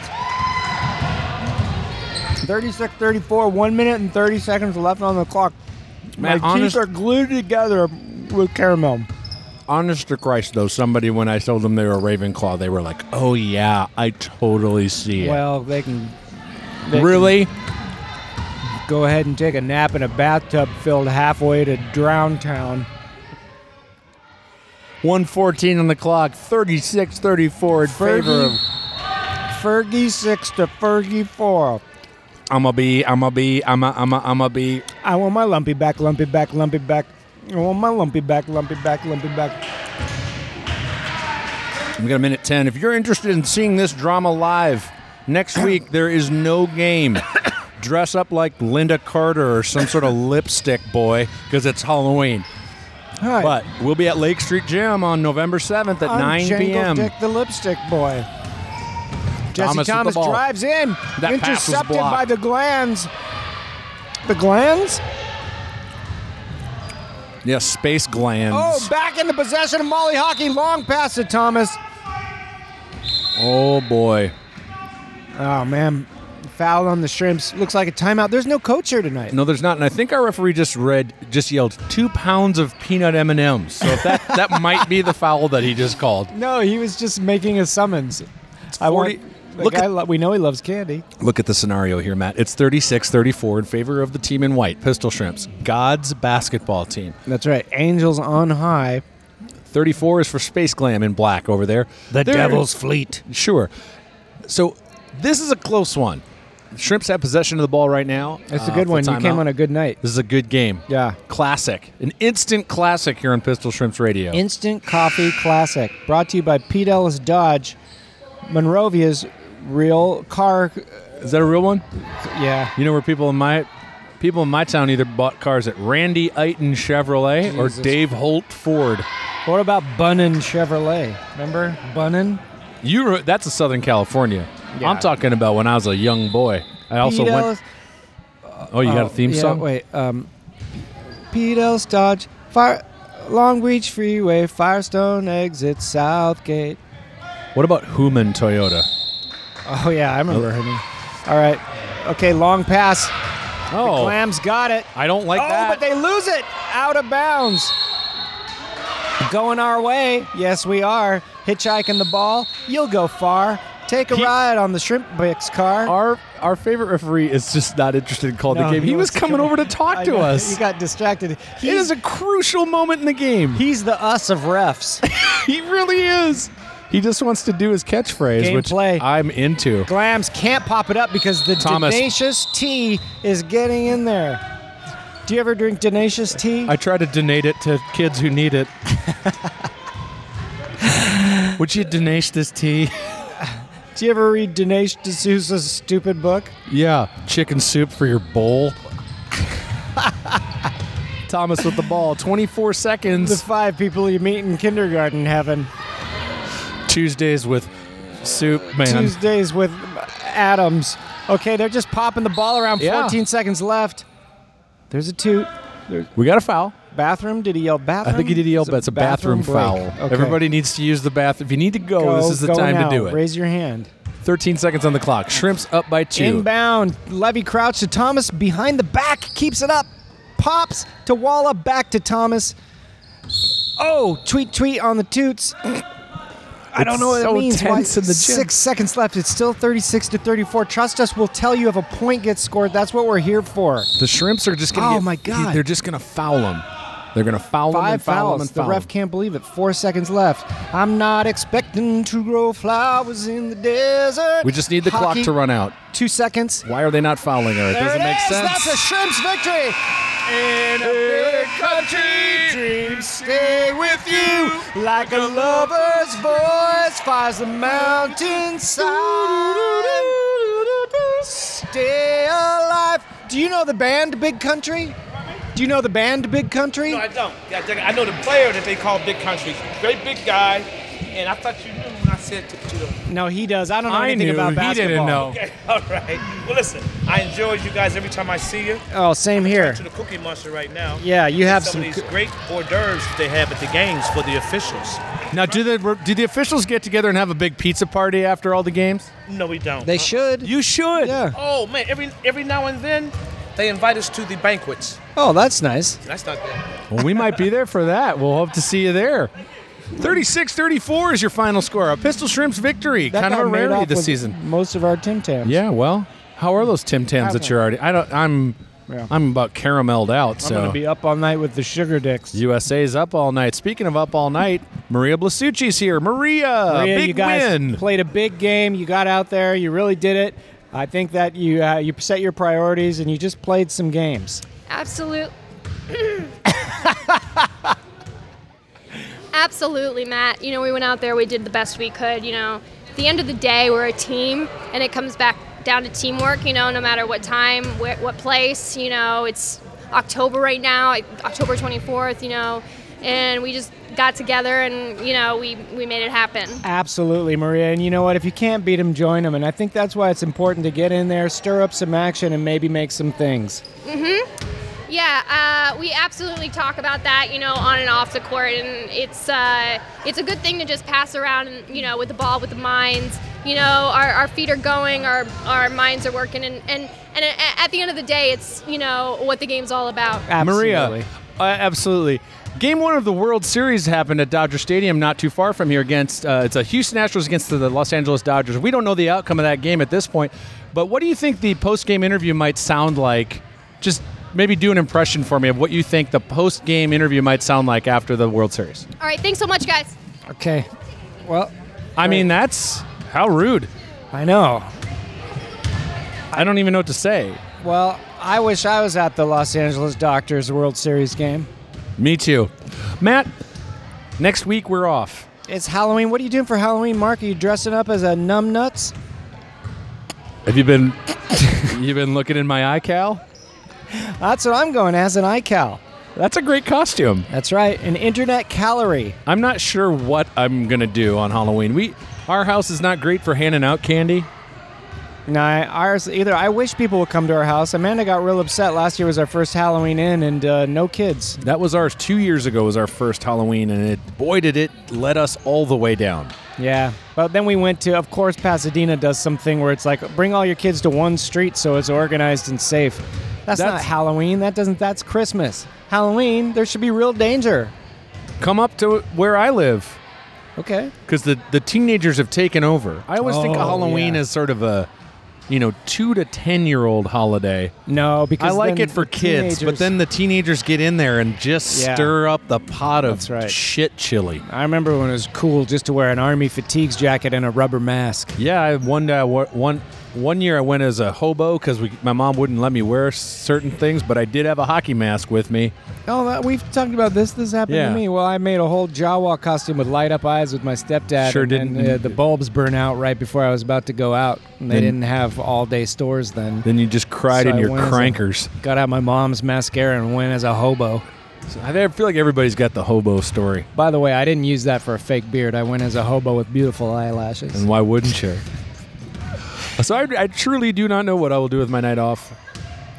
Speaker 1: 36 34, 1 minute and 30 seconds left on the clock.
Speaker 2: Man,
Speaker 1: My
Speaker 2: honest-
Speaker 1: teeth are glued together with caramel.
Speaker 2: Honest to Christ, though, somebody when I told them they were Ravenclaw, they were like, "Oh yeah, I totally see it."
Speaker 1: Well, they can
Speaker 2: really?
Speaker 1: go ahead and take a nap in a bathtub filled halfway to Drown Town.
Speaker 2: 114 on the clock, 36-34 in favor of.
Speaker 1: Fergie 6 to Fergie 4.
Speaker 2: I'ma be, I'ma be, I'ma, I'ma, I'ma be.
Speaker 1: I want my lumpy back, lumpy back, lumpy back. I want my lumpy back, lumpy back, lumpy back.
Speaker 2: We got a minute 10. If you're interested in seeing this drama live next week, there is no game. Dress up like Linda Carter or some sort of lipstick boy because it's Halloween.
Speaker 1: Hi,
Speaker 2: But we'll be at Lake Street Gym on November 7th at
Speaker 1: I'm
Speaker 2: 9
Speaker 1: Jangle
Speaker 2: p.m.
Speaker 1: Dick the lipstick boy.
Speaker 2: Thomas
Speaker 1: Jesse
Speaker 2: with the
Speaker 1: Thomas
Speaker 2: ball.
Speaker 1: drives in,
Speaker 2: pass was
Speaker 1: intercepted
Speaker 2: blocked.
Speaker 1: by the glands. The glands?
Speaker 2: Yes, Space Glands.
Speaker 1: Oh, back in the possession of Molly Hockey. Long pass to Thomas.
Speaker 2: Oh, boy.
Speaker 1: Oh man, foul on the shrimps. Looks like a timeout. There's no coach here tonight.
Speaker 2: No, there's not. And I think our referee just read, just yelled, two pounds of peanut M&Ms. So if that, that might be the foul that he just called.
Speaker 1: No, he was just making a summons. I
Speaker 2: 40
Speaker 1: want.
Speaker 2: look
Speaker 1: Look,
Speaker 2: at-
Speaker 1: lo- we know he loves candy.
Speaker 2: Look at the scenario here, Matt. It's 36-34 in favor of the team in white, Pistol Shrimps, God's basketball team.
Speaker 1: That's right. Angels on high.
Speaker 2: 34 is for Space Glam in black over there. The Devil's Fleet. Sure. So this is a close one. Shrimps have possession of the ball right now.
Speaker 1: That's a
Speaker 2: uh,
Speaker 1: good
Speaker 2: for
Speaker 1: one. You came
Speaker 2: timeout.
Speaker 1: on a good night.
Speaker 2: This is a good game.
Speaker 1: Yeah.
Speaker 2: Classic. An instant classic here on Pistol Shrimps Radio.
Speaker 1: Instant Coffee Classic, brought to you by Pete Ellis Dodge, Monrovia's real car.
Speaker 2: is that a real one?
Speaker 1: Yeah.
Speaker 2: You know where people in my people in my town either bought cars at Randy Eiton Chevrolet or
Speaker 1: Jesus.
Speaker 2: Dave Holt Ford.
Speaker 1: What about Bunnin Chevrolet? Remember Bunnin?
Speaker 2: You were, that's a Southern California.
Speaker 1: Yeah.
Speaker 2: I'm talking about when I was a young boy. I also
Speaker 1: Pete
Speaker 2: went.
Speaker 1: Ellis-
Speaker 2: Oh, you got a
Speaker 1: oh,
Speaker 2: theme
Speaker 1: yeah,
Speaker 2: song?
Speaker 1: Wait. Um, Pete Ellis Dodge, Fire, Long Beach Freeway, Firestone exit, Southgate.
Speaker 2: What about Human Toyota?
Speaker 1: Oh yeah, I remember him. All right. Okay, long pass.
Speaker 2: Oh,
Speaker 1: Clams got it.
Speaker 2: I don't like
Speaker 1: oh,
Speaker 2: that.
Speaker 1: but they lose it out of bounds. Going our way. Yes, we are. Hitchhiking the ball. You'll go far. Take a ride on the Shrimp Bix car.
Speaker 9: Our our favorite referee is just not interested in calling
Speaker 1: No,
Speaker 9: the game. He, was
Speaker 1: wants to
Speaker 9: coming
Speaker 1: come-
Speaker 9: over to talk
Speaker 1: I
Speaker 9: to
Speaker 1: know,
Speaker 9: us.
Speaker 1: He got distracted.
Speaker 9: it is a crucial moment in the game. He,
Speaker 1: He's the us of refs.
Speaker 9: really is. He just wants to do his catchphrase,
Speaker 1: Game
Speaker 9: which
Speaker 1: play.
Speaker 9: I'm into.
Speaker 1: Glams can't pop it up because the
Speaker 9: Thomas.
Speaker 1: Tenacious tea is getting in there. Do you ever drink Tenacious tea?
Speaker 2: I try to donate it to kids who need it. Would you donate this tea?
Speaker 1: Do you ever read Dinesh D'Souza's stupid book?
Speaker 2: Yeah, chicken soup for your bowl.
Speaker 9: Thomas with the ball. 24
Speaker 1: The
Speaker 9: seconds.
Speaker 1: five people you meet in kindergarten heaven.
Speaker 2: Tuesdays with soup, man.
Speaker 1: Tuesdays with Adams. Okay, they're just popping the ball around.
Speaker 9: Yeah.
Speaker 1: 14 seconds left. There's a toot.
Speaker 9: We got a foul.
Speaker 1: Bathroom? Did he yell bathroom?
Speaker 9: I think he did yell,
Speaker 1: It's
Speaker 9: but it's a bathroom,
Speaker 1: break.
Speaker 9: foul.
Speaker 1: Okay.
Speaker 9: Everybody needs to use the bathroom. If you need to go,
Speaker 1: Go-
Speaker 9: this is the
Speaker 1: go
Speaker 9: time
Speaker 1: now.
Speaker 9: to do it.
Speaker 1: Raise your hand.
Speaker 9: 13 seconds on the clock. Shrimps up by two.
Speaker 1: Inbound. Levy Crouch to Thomas. Behind the back. Keeps it up. Pops to Walla. Back to Thomas. Oh, tweet, tweet on the toots. I don't
Speaker 9: It's
Speaker 1: know what
Speaker 9: so
Speaker 1: it means.
Speaker 9: tense in the gym.
Speaker 1: Six seconds left. It's still 36 to 34. Trust us. We'll tell you if a point gets scored. That's what we're here for.
Speaker 9: The shrimps are just gonna.
Speaker 1: Oh
Speaker 9: get-
Speaker 1: my God.
Speaker 9: They're just gonna foul them. They're gonna foul them
Speaker 1: Five
Speaker 9: and foul them
Speaker 1: fouls.
Speaker 9: and
Speaker 1: The
Speaker 9: foul
Speaker 1: ref
Speaker 9: 'em.
Speaker 1: can't believe it. Four seconds left. I'm not expecting to grow flowers in the desert.
Speaker 9: We just need the
Speaker 1: Hockey,
Speaker 9: clock to run out.
Speaker 1: Two seconds.
Speaker 9: Why are they not fouling her? It
Speaker 1: There
Speaker 9: doesn't
Speaker 1: it
Speaker 9: make
Speaker 1: is.
Speaker 9: sense.
Speaker 1: That's a Shrimps victory. In a big country, dreams stay with you like a lover's voice fires the mountainside. Stay alive. Do you know the band Big Country? Do you know the band Big Country?
Speaker 10: No, I don't. I think- I know the player that they call Big Country. Great big guy. And I thought you knew when I said to you.
Speaker 1: No, he does. I don't know
Speaker 2: I
Speaker 1: anything
Speaker 2: knew.
Speaker 1: about
Speaker 2: He
Speaker 1: basketball.
Speaker 2: didn't know.
Speaker 10: Okay, all right. Well, listen, I enjoy you guys every time I see you.
Speaker 1: Oh, same here.
Speaker 10: To the Cookie Monster right now.
Speaker 1: Yeah, you have
Speaker 10: Some
Speaker 1: some.
Speaker 10: of these
Speaker 1: coo-
Speaker 10: great hors d'oeuvres that they have at the games for the officials.
Speaker 2: Now, do the do the officials get together and have a big pizza party after all the games?
Speaker 10: No, we don't.
Speaker 3: Uh,
Speaker 1: They should.
Speaker 2: You should.
Speaker 1: yeah.
Speaker 10: oh man, every every now and then they invite us to the banquets.
Speaker 1: Oh, that's nice.
Speaker 10: That's not bad.
Speaker 2: Well, we might be there for that. We'll hope to see you there. 36-34 is your final score. A Pistol Shrimps victory.
Speaker 1: That
Speaker 2: kind of
Speaker 1: guy
Speaker 2: a
Speaker 1: made
Speaker 2: rarity
Speaker 1: off
Speaker 2: this
Speaker 1: with
Speaker 2: season.
Speaker 1: Most of our Tim Tams.
Speaker 2: Yeah, well, how are those Tim Tams that you're already? I don't. I'm.
Speaker 1: Yeah.
Speaker 2: I'm about carameled out.
Speaker 1: I'm gonna
Speaker 2: So
Speaker 1: be up all night with the sugar dicks.
Speaker 2: USA's up all night. Speaking of up all night, Maria Blasucci's here. Maria,
Speaker 1: Maria,
Speaker 2: big
Speaker 1: you guys
Speaker 2: win.
Speaker 1: Played a big game. You got out there. You really did it. I think that you uh, you set your priorities and you just played some games.
Speaker 4: Absolute. Absolutely, Matt. You know, we went out there, we did the best we could. You know, at the end of the day, we're a team, and it comes back down to teamwork. You know, no matter what time, where, what place. You know, it's October right now, like, October 24th. You know, and we just got together, and you know, we we made it happen.
Speaker 1: Absolutely, Maria. And you know what? If you can't beat them, join them. And I think that's why it's important to get in there, stir up some action, and maybe make some things.
Speaker 4: Yeah, uh, we absolutely talk about that, you know, on and off the court, and it's uh, it's a good thing to just pass around, and, you know, with the ball, with the minds. You know, our, our feet are going, our our minds are working, and and and a- at the end of the day, it's you know what the game's all about.
Speaker 2: Maria, uh, absolutely. Game one of the World Series happened at Dodger Stadium, not too far from here. Against uh, it's a Houston Astros against the Los Angeles Dodgers. We don't know the outcome of that game at this point, but what do you think the post-game interview might sound like? Just maybe do an impression for me of what you think the post-game interview might sound like after the World Series.
Speaker 4: All right, thanks so much, guys.
Speaker 1: Okay. Well,
Speaker 2: I mean, that's how rude.
Speaker 1: I know.
Speaker 2: I don't even know what to say.
Speaker 1: Well, I wish I was at the Los Angeles Doctors World Series game.
Speaker 2: Me too, Matt. Next week we're off.
Speaker 1: It's Halloween. What are you doing for Halloween, Mark? Are you dressing up as a numbnuts?
Speaker 2: Have you been? you been looking in my eye, Cal?
Speaker 1: That's what I'm going as an iCal.
Speaker 2: That's a great costume.
Speaker 1: That's right, an internet calorie.
Speaker 2: I'm not sure what I'm gonna do on Halloween. We our house is not great for handing out candy.
Speaker 1: No, I- ours either. I wish people would come to our house. Amanda got real upset. Last year was our first Halloween in, and uh, no kids.
Speaker 2: That was ours two years ago. Was our first Halloween, and it boy did it let us all the way down.
Speaker 1: Yeah, but then we went to, of course, Pasadena does something where it's like bring all your kids to one street so it's organized and safe. That's, not
Speaker 2: That's-
Speaker 1: Halloween. That doesn't. That's Christmas. Halloween. There should be real danger.
Speaker 2: Come up to where I live.
Speaker 1: Okay.
Speaker 2: because the the teenagers have taken over. I always think of
Speaker 1: Oh,
Speaker 2: Halloween
Speaker 1: yeah.
Speaker 2: as sort of a you know two to ten year old holiday.
Speaker 1: No, because
Speaker 2: I like
Speaker 1: then
Speaker 2: it for
Speaker 1: the
Speaker 2: kids, but
Speaker 1: teenagers-
Speaker 2: then the teenagers get in there and just
Speaker 1: Yeah.
Speaker 2: stir up the pot of
Speaker 1: That's right.
Speaker 2: shit chili.
Speaker 1: I remember when it was cool just to wear an army fatigues jacket and a rubber mask.
Speaker 2: Yeah, I, one day I wa- one one year I went as a hobo because my mom wouldn't let me wear certain things, but I did have a hockey mask with me.
Speaker 1: Oh, that, we've talked about this. This happened
Speaker 2: Yeah.
Speaker 1: to me. Well, I made a whole Jawa costume with light up eyes with my stepdad.
Speaker 2: Sure
Speaker 1: and then,
Speaker 2: didn't.
Speaker 1: uh, the bulbs burn out right before I was about to go out, and they
Speaker 2: Then-
Speaker 1: didn't have all day stores then.
Speaker 2: Then you just cried
Speaker 1: So
Speaker 2: in
Speaker 1: I
Speaker 2: your
Speaker 1: went as a-
Speaker 2: crankers.
Speaker 1: Got out my mom's mascara and went as a hobo.
Speaker 2: So I feel like everybody's got the hobo story,
Speaker 1: By the way, I didn't use that for a fake beard. I went as a hobo with beautiful eyelashes.
Speaker 2: and why wouldn't you? so I, I truly do not know what I will do with my night off.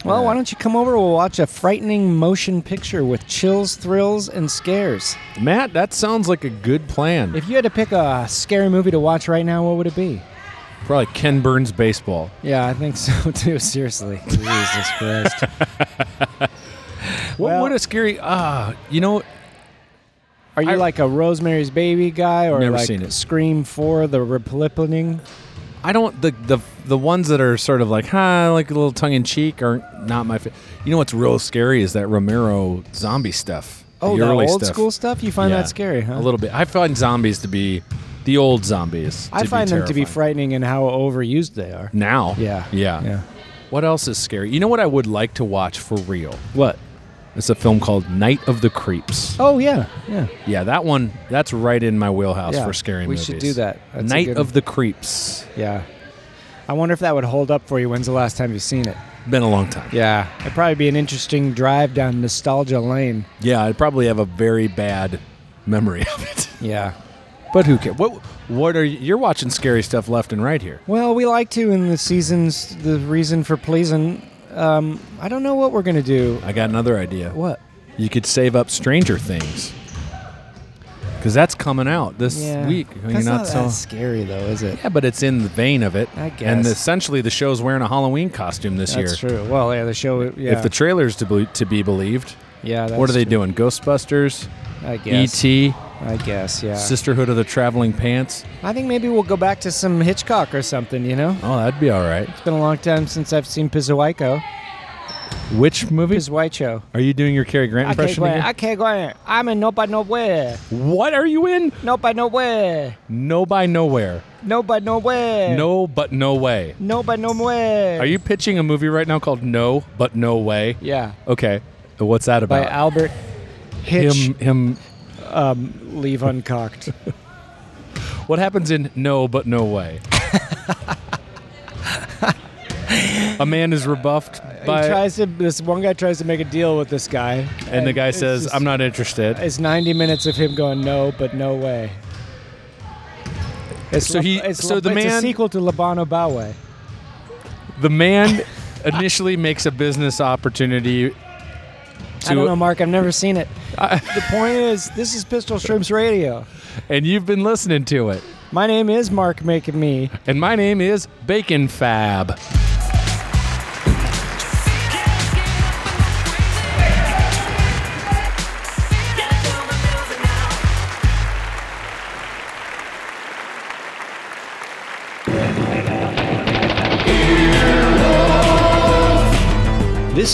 Speaker 1: Well, why don't you come over? We'll watch a frightening motion picture with chills, thrills, and scares.
Speaker 2: Matt, that sounds like a good plan.
Speaker 1: If you had to pick a scary movie to watch right now, what would it be?
Speaker 2: Probably Ken Burns baseball.
Speaker 1: Yeah, I think so too. Seriously, Jesus Christ.
Speaker 2: What
Speaker 1: Well-
Speaker 2: would a scary ah? you know,
Speaker 1: Are you
Speaker 2: I-
Speaker 1: like a Rosemary's Baby guy, or
Speaker 2: Never
Speaker 1: like
Speaker 2: seen it.
Speaker 1: Scream Four: The Replicating?
Speaker 2: I don't the the the ones that are sort of like huh, like a little tongue in cheek are not my. Fa- you know what's real scary is that Romero zombie stuff.
Speaker 1: Oh, the,
Speaker 2: early
Speaker 1: old
Speaker 2: stuff.
Speaker 1: school stuff. You find
Speaker 2: Yeah,
Speaker 1: that scary, huh?
Speaker 2: A little bit. I find zombies to be the old zombies.
Speaker 1: I
Speaker 2: to
Speaker 1: find
Speaker 2: be
Speaker 1: them to be
Speaker 2: terrifying.
Speaker 1: frightening and how overused they are.
Speaker 2: now.
Speaker 1: Yeah.
Speaker 2: yeah,
Speaker 1: Yeah.
Speaker 2: What else is scary? You know what I would like to watch for real?
Speaker 1: What?
Speaker 2: It's a film called Night of the Creeps.
Speaker 1: Oh yeah, yeah.
Speaker 2: Yeah, that one. That's right in my wheelhouse
Speaker 1: Yeah,
Speaker 2: for scary
Speaker 1: we
Speaker 2: movies.
Speaker 1: should do that. That's a
Speaker 2: Night
Speaker 1: good
Speaker 2: of
Speaker 1: one.
Speaker 2: the Creeps.
Speaker 1: Yeah. I wonder if that would hold up for you. When's the last time you've seen it?
Speaker 2: Been a long time.
Speaker 1: Yeah. It'd probably be an interesting drive down nostalgia lane.
Speaker 2: Yeah, I'd probably have a very bad memory of it.
Speaker 1: Yeah.
Speaker 2: But who cares? What What are you, you're watching? Scary stuff left and right here.
Speaker 1: Well, we like to in the seasons, the reason for pleasing. Um, I don't know what we're going to do.
Speaker 2: I got another idea.
Speaker 1: What?
Speaker 2: You could save up Stranger Things because that's coming out this week. You're
Speaker 1: That's
Speaker 2: not, so.
Speaker 1: that scary, though, is it?
Speaker 2: yeah, but it's in the vein of it.
Speaker 1: I
Speaker 2: And
Speaker 1: guess.
Speaker 2: essentially, the show's wearing a Halloween costume this year.
Speaker 1: That's true. Well, yeah, the show. Yeah.
Speaker 2: If the trailer's to be, to be believed,
Speaker 1: yeah, that's
Speaker 2: what are they E
Speaker 1: true.
Speaker 2: doing? Ghostbusters,
Speaker 1: I guess.
Speaker 2: E.T.,
Speaker 1: I guess, yeah.
Speaker 2: Sisterhood of the Traveling Pants.
Speaker 1: I think maybe we'll go back to some Hitchcock or something, you know?
Speaker 2: Oh, that'd be all right.
Speaker 1: It's been a long time since I've seen Pizzawaico.
Speaker 2: Which movie?
Speaker 1: Pizzawaico.
Speaker 2: Are you doing your Cary Grant
Speaker 1: I can't
Speaker 2: impression
Speaker 1: go in.
Speaker 2: again?
Speaker 1: I can't go in. I'm in No by Nowhere.
Speaker 2: What are you in?
Speaker 1: No by Nowhere.
Speaker 2: No by nowhere.
Speaker 1: No by Nowhere.
Speaker 2: No but no way.
Speaker 1: No by Nowhere.
Speaker 2: Are you pitching a movie right now called No but no way?
Speaker 1: Yeah.
Speaker 2: Okay. What's that
Speaker 1: By
Speaker 2: about?
Speaker 1: Albert Hitch.
Speaker 2: him him
Speaker 1: Leave uncocked.
Speaker 2: what happens in No but no way? a man is rebuffed by
Speaker 1: he tries to. This one guy tries to make a deal with this guy,
Speaker 2: and the guy
Speaker 1: it's
Speaker 2: says,
Speaker 1: just-
Speaker 2: "I'm not interested."
Speaker 1: It's 90 minutes of him going no, but no way. It's
Speaker 2: So he-
Speaker 1: It's
Speaker 2: so the
Speaker 1: it's
Speaker 2: man-
Speaker 1: a sequel to Labano Bawe.
Speaker 2: the man initially makes a business opportunity
Speaker 1: I don't know,
Speaker 2: to
Speaker 1: Mark. I've never seen it. the point is, this is Pistol Shrimps Radio.
Speaker 2: and you've been listening to it.
Speaker 1: My name is Mark Make Me.
Speaker 2: And my name is Bacon Fab.
Speaker 11: This